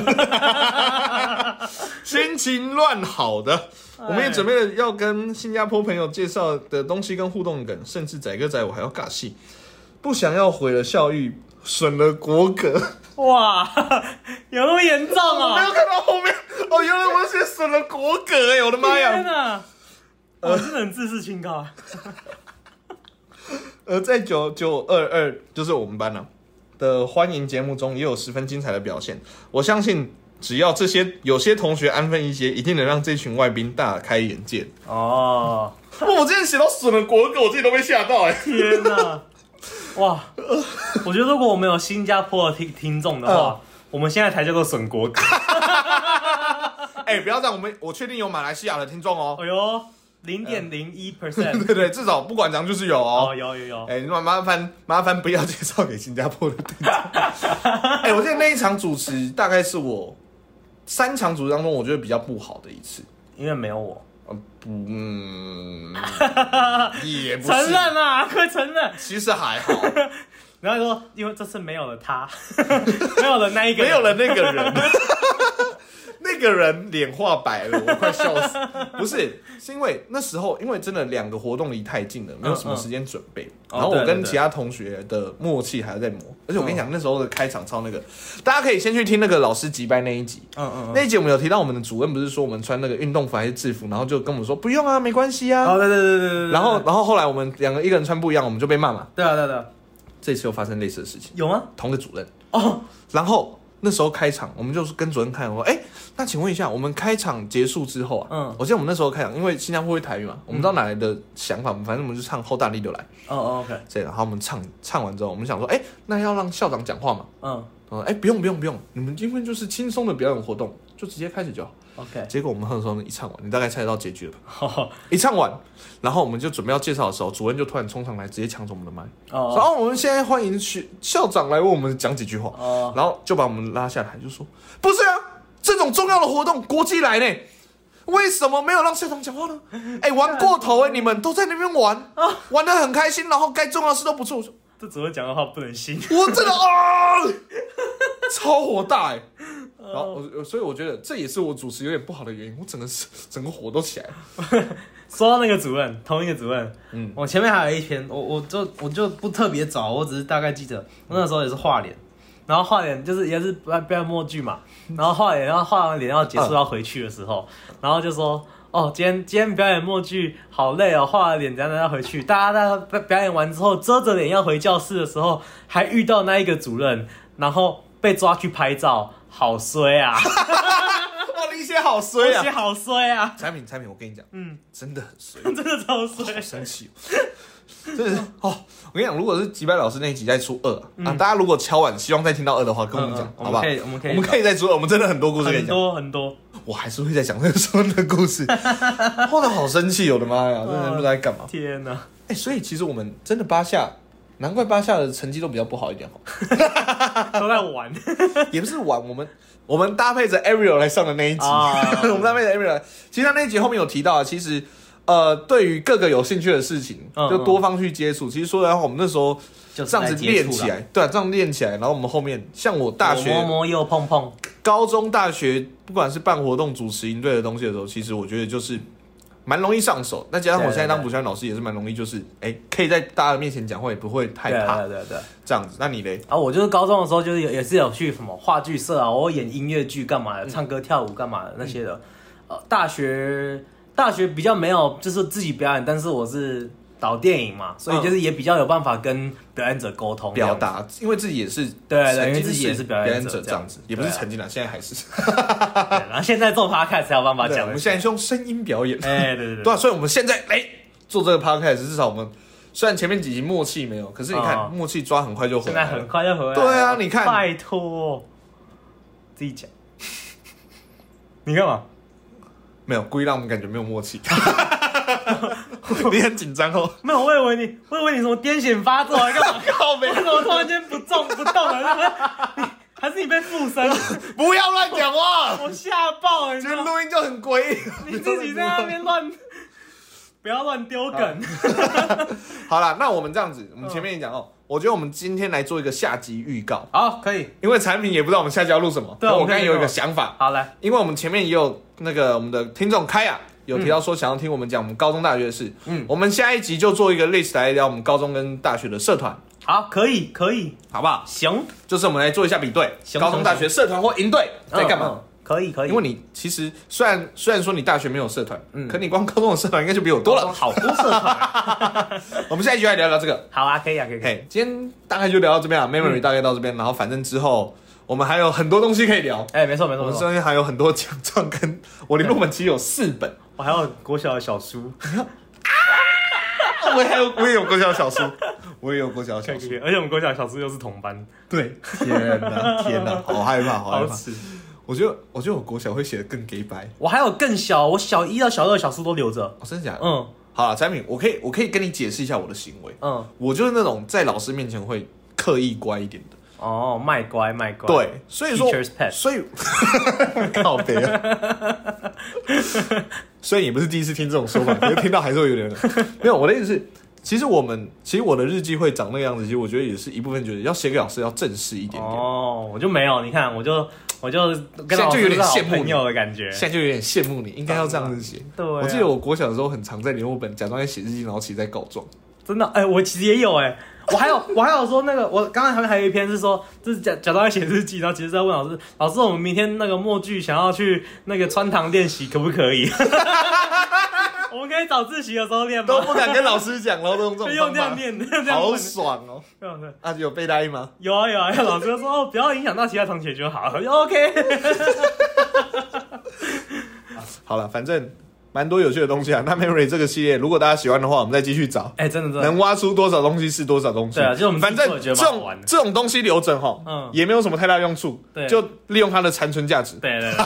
心情乱好的。
哎
我们也准备了要跟新加坡朋友介绍的东西跟互动梗，甚至载歌载舞还要尬戏，不想要毁了校誉，损了国格。
[laughs] 哇，有那么严重
我没有
哦？
看到后面，哦，原来我写损了国格哎、我的妈
天
呀！
哪、
呃
我真的很自视清高啊。
而在九九二二，就是我们班呢、的欢迎节目中，也有十分精彩的表现。我相信，只要这些有些同学安分一些，一定能让这群外宾大开眼界。
哦，
[laughs] 哇我之前写到损了国格，我自己都被吓到哎、
[laughs] 天哪、哇，我觉得如果我们有新加坡的听听众的
嗯
话，我们现在才叫做损
[laughs]
国歌。
[laughs] 哎、不要这样，我们我确定有马来西亚的听众哦。 [laughs]
哎呦，零点零一 percent，
对对，至少不管咱就是有哦。
哦，有有有，
哎、麻麻烦麻烦不要介绍给新加坡的
[laughs]
听众。哎、我记得那一场主持大概是我三场主持当中，我觉得比较不好的一次。
因为没有我，
呃不
[laughs]
嗯，也不
承
是，
认啊，快承认。
其实还好，
然后说，因为这次没有了他， [laughs] 没有了那一个，
没有，了那个
[laughs]
人。那个人脸画白了，我快笑
[laughs]
死。不是，是因为那时候，因为真的两个活动离太近了，没有什么时间准备。
嗯
然后我
哦对对
跟
对嗯
其他同学的默契还在磨，而且我跟你讲，那时候的开场超那个，大家可以先去听那个老师集班那一集。
嗯嗯嗯，
那一集我们有提到，我们的主任不是说我们穿那个运动服还是制服，然后就跟我们说不用啊，没关系啊。
哦对对对对对对，
然后，然后后来我们两个一个人穿不一样，我们就被骂嘛。
对啊对啊对啊，
这次又发生类似的事情，
有吗？
同个主任。
哦，
然后那时候开场，我们就是跟主任看，我说：“哎、那请问一下，我们开场结束之后啊，
嗯
我记得我们那时候开场，因为新加坡会台语嘛，我们不知道哪来的想法，反正我们就唱《后大力就来》
哦哦 OK，
这个，然后我们唱唱完之后，我们想说，哎、那要让校长讲话嘛？
嗯
他说：哎、不用不用不用，你们今天就是轻松的表演活动，就直接开始就好。
OK，
结果我们那时候一唱完，你大概猜得到结局了吧？
哦
一唱完，然后我们就准备要介绍的时候，主任就突然冲上来，直接抢走我们的麦，然
哦
后我们现在欢迎学校长来为我们讲几句话。
哦，
然后就把我们拉下台，就说：“不是啊，这种重要的活动，国际来呢，为什么没有让社长讲话呢？哎、玩过头哎、你们都在那边玩，玩的很开心，然后该重要的事都不做。我说
这只会讲的话不能信。
我真的啊， [laughs] 超火大哎、然后我所以我觉得这也是我主持有点不好的原因，我整个是整个火都起 [laughs] 来了。
说到那个主任，同一个主任，
嗯
嗯，
我前面还有一篇，我我就我就不特别找，我只是大概记得，我那时候也是画脸，然后画脸就是也是不不要默
[laughs]
剧嘛，然后画脸，然后画完脸要结束要回去的时候，然后就说。哦，今天今天表演默剧好累哦，画了脸，等一下要回去。大家大家表演完之后，遮着脸要回教室的时候，还遇到那一个主任，然后被抓去拍照，好衰啊！
哇，林姐好
而
衰
且！好衰
[laughs]
啊，
产品产品，我跟你讲，
嗯，
真的很衰，
真的超
好
衰。
生气哦，真的是哦。我跟你讲，如果是吉白老师那一集再出二啊，啊大家如果敲碗希望再听到二的话， [laughs] 跟我们讲
嗯，嗯
好不好
我们可以我们可以
我们可以再出二，我们真的很多故事可以
很
讲，
多很多，
我还是会再讲那个时候的故
[laughs]
事。后来好生气，我的妈呀，真
嗯
的不知道在干嘛。
天哪、
哎，所以其实我们真的八下。难怪八下的成绩都比较不好一点哦，
都在玩。
也不是玩我们，我们搭配着 Ariel 来上的那一集，
啊
[laughs] 我们搭配着 Ariel 来。其实他那一集后面有提到，啊其实呃，对于各个有兴趣的事情，
嗯
就多方去接触。其实说实话，我们那时候
[laughs] 就
这样子练起来，对啊，这样练起来，然后我们后面像我大学、
摸摸又碰碰，
高中、大学，不管是办活动、主持营队的东西的时候，其实我觉得就是蛮容易上手。那加上我
对
现在当
对
补习班老师，也是蛮容易，就是哎、可以在大家面前讲话，也不会害怕
对对啊对对。
这样子。那你嘞？
啊，我就是高中的时候，就是有也是有去什么话剧社啊，我演音乐剧干嘛的，唱歌跳舞干嘛的那些的。呃，大学大学比较没有，就是自己表演，但是我是导电影嘛，所以就是也比较有办法跟表演者沟通这样
表
子。
达，因为自己也是
对对
曾经
因为自己也是表演
演
者
这样子，也不是曾经啊啦，现在还是。
对然后现在做 podcast 才有办法
对
啊讲。
我们现在是用声音表演。
哎，对对
对
对，
啊，所以我们现在来做这个 podcast，至少我们虽然前面几集默契没有，可是你看、
哦
默契抓很快就回
现
来
在
了。
很快就回来了。
对啊你看
拜托，自己讲。你干嘛？
没有故意让我们感觉没有默契。你很紧张哦，
没有，我以为你，我以为你什么癫痫发作啊？干嘛？
靠没
你怎么突然间不动不动了？你还是你被附身？
不要乱讲话，
[laughs]
我吓爆了，你
今
知
天
道吗？
录音就很诡异。
你自己在那边乱，不要乱丢梗。
[laughs] 好啦，那我们这样子，我们前面也讲哦，我觉得我们今天来做一个下集预告，
好，可以，
因为产品也不知道我们下集要录什么。
对啊
我
我
刚才
看
有一个
到
想法，
好来，
因为我们前面也有那个我们的听众开啊，有提到说想要听我们讲我们高中大学的事，嗯
嗯，
我们下一集就做一个 list 来聊我们高中跟大学的社团，
好，可以，可以，
好不好？
行，
就是我们来做一下比对，
行
高中大学社团或营队在干
嗯
嘛？？
嗯可以，可以，
因为你其实虽然虽然说你大学没有社团，
嗯
可你光高中的社团应该就比我多
高中
了。
好多社团啊。
我们下一集来聊聊这个。
好啊，可以啊，可以，可以。
嘿，今天大概就聊到这边啊，memory
嗯
大概到这边，然后反正之后我们还有很多东西可以聊。
哎，没错，没
我
错，没
们
错。
中间还有很多奖状，跟我联络本其实有四本，
我还有国小的小叔，
我也还有，我也有国小小
[laughs]
叔，我也有国小小
而
叔。
且我们国小的小叔又是同班，
对，天哪，天
[laughs]
哪，好害怕，好害
好
怕。
耻。
我觉得，我觉得我国小会写的更 gay 白。
我还有更小，我小一到小二、小四都留着。
哦，真的假的？
嗯
好了，产品，我可以，我可以跟你解释一下我的行为。
嗯，
我就是那种在老师面前会刻意乖一点的。
哦，卖乖卖乖。
对，所以说
Teacher's，pet
所以 [laughs] 靠北啊。
[laughs]
虽然也不是第一次听这种说法，可是听到还是会有点 [laughs] 冷。没有，我的意思是，其实我们，其实我的日记会长那个样子，其实我觉得也是一部分觉得要写给老师要正式一点点。
哦，我就没有，你看，我就我就
现
跟
在
老
就
师
有点
是好
羡慕
朋
你
友的感觉。
现在就有点羡慕你，应该要这样子写。
对啊
我记得我国小的时候很常在联络本假装在写日记，然后其实在告状。
真的，哎、我其实也有哎、我还有 [laughs] 我还有说那个，我刚刚还还有一篇是说，就是假假装在写日记，然后其实在问老师，老师我们明天那个默剧想要去那个穿堂练习，可不可
[laughs]
以？我们可以早自习的时候练
[laughs] 都
吗？
不敢跟老师讲，然后都用这
[laughs]
就
种
用这样
方
念， [laughs] 用这
法，
样
好
问。
爽哦！
对
啊，有被答应吗？
有啊有啊，老师就说哦，不要影响到其他同学就好。我就 OK，
好了，反正蛮多有趣的东西啊。那 Memory 这个系列，如果大家喜欢的话，我们再继续找，
[laughs] 哎，真的真的
能挖出多少东西是多少东西。
对啊就是我们自
反
己
正
做也觉
这
得蛮好
种
玩的
这种东西留着哈，
嗯
也没有什么太大用处，
对
就利用它的残存价值。
对
[laughs]
对对，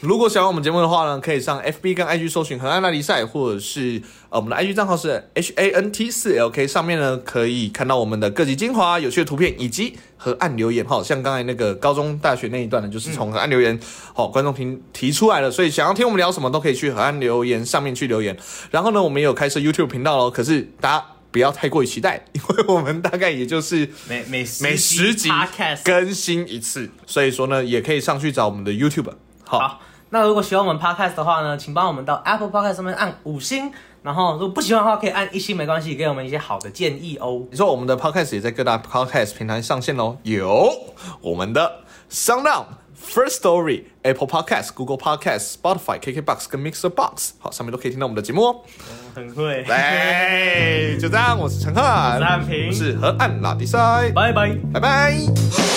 如果喜欢我们节目的话呢，可以上 FB 跟 IG 搜寻“河岸拉力赛”，或者是呃，我们的 IG 账号是 H A N T 四 L K，上面呢可以看到我们的各级精华、有趣的图片以及河岸留言哈。像刚才那个高中、大学那一段呢，就是从河岸留言，
嗯
好、观众提提出来了，所以想要听我们聊什么都可以去河岸留言上面去留言。然后呢，我们也有开设 YouTube 频道喽，可是大家不要太过于期待，因为我们大概也就是
每每十
每
十
十集
podcast
更新一次，所以说呢，也可以上去找我们的 YouTube。好，
好，那如果喜欢我们 podcast 的话呢，请帮我们到 Apple Podcast 上面按五星，然后如果不喜欢的话，可以按一星没关系，给我们一些好的建议哦。
你说我们的 Podcast 也在各大 Podcast 平台上线喽，有我们的 SoundOn、First Story、Apple Podcast、Google Podcast、Spotify、KKBox 跟 Mixer Box，好，上面都可以听到我们的节目 [laughs] 哦。
很 [laughs] 会，
哎，就这样，我是陈汉，
我是汉平
我是河岸拉迪赛，
拜拜。
拜拜。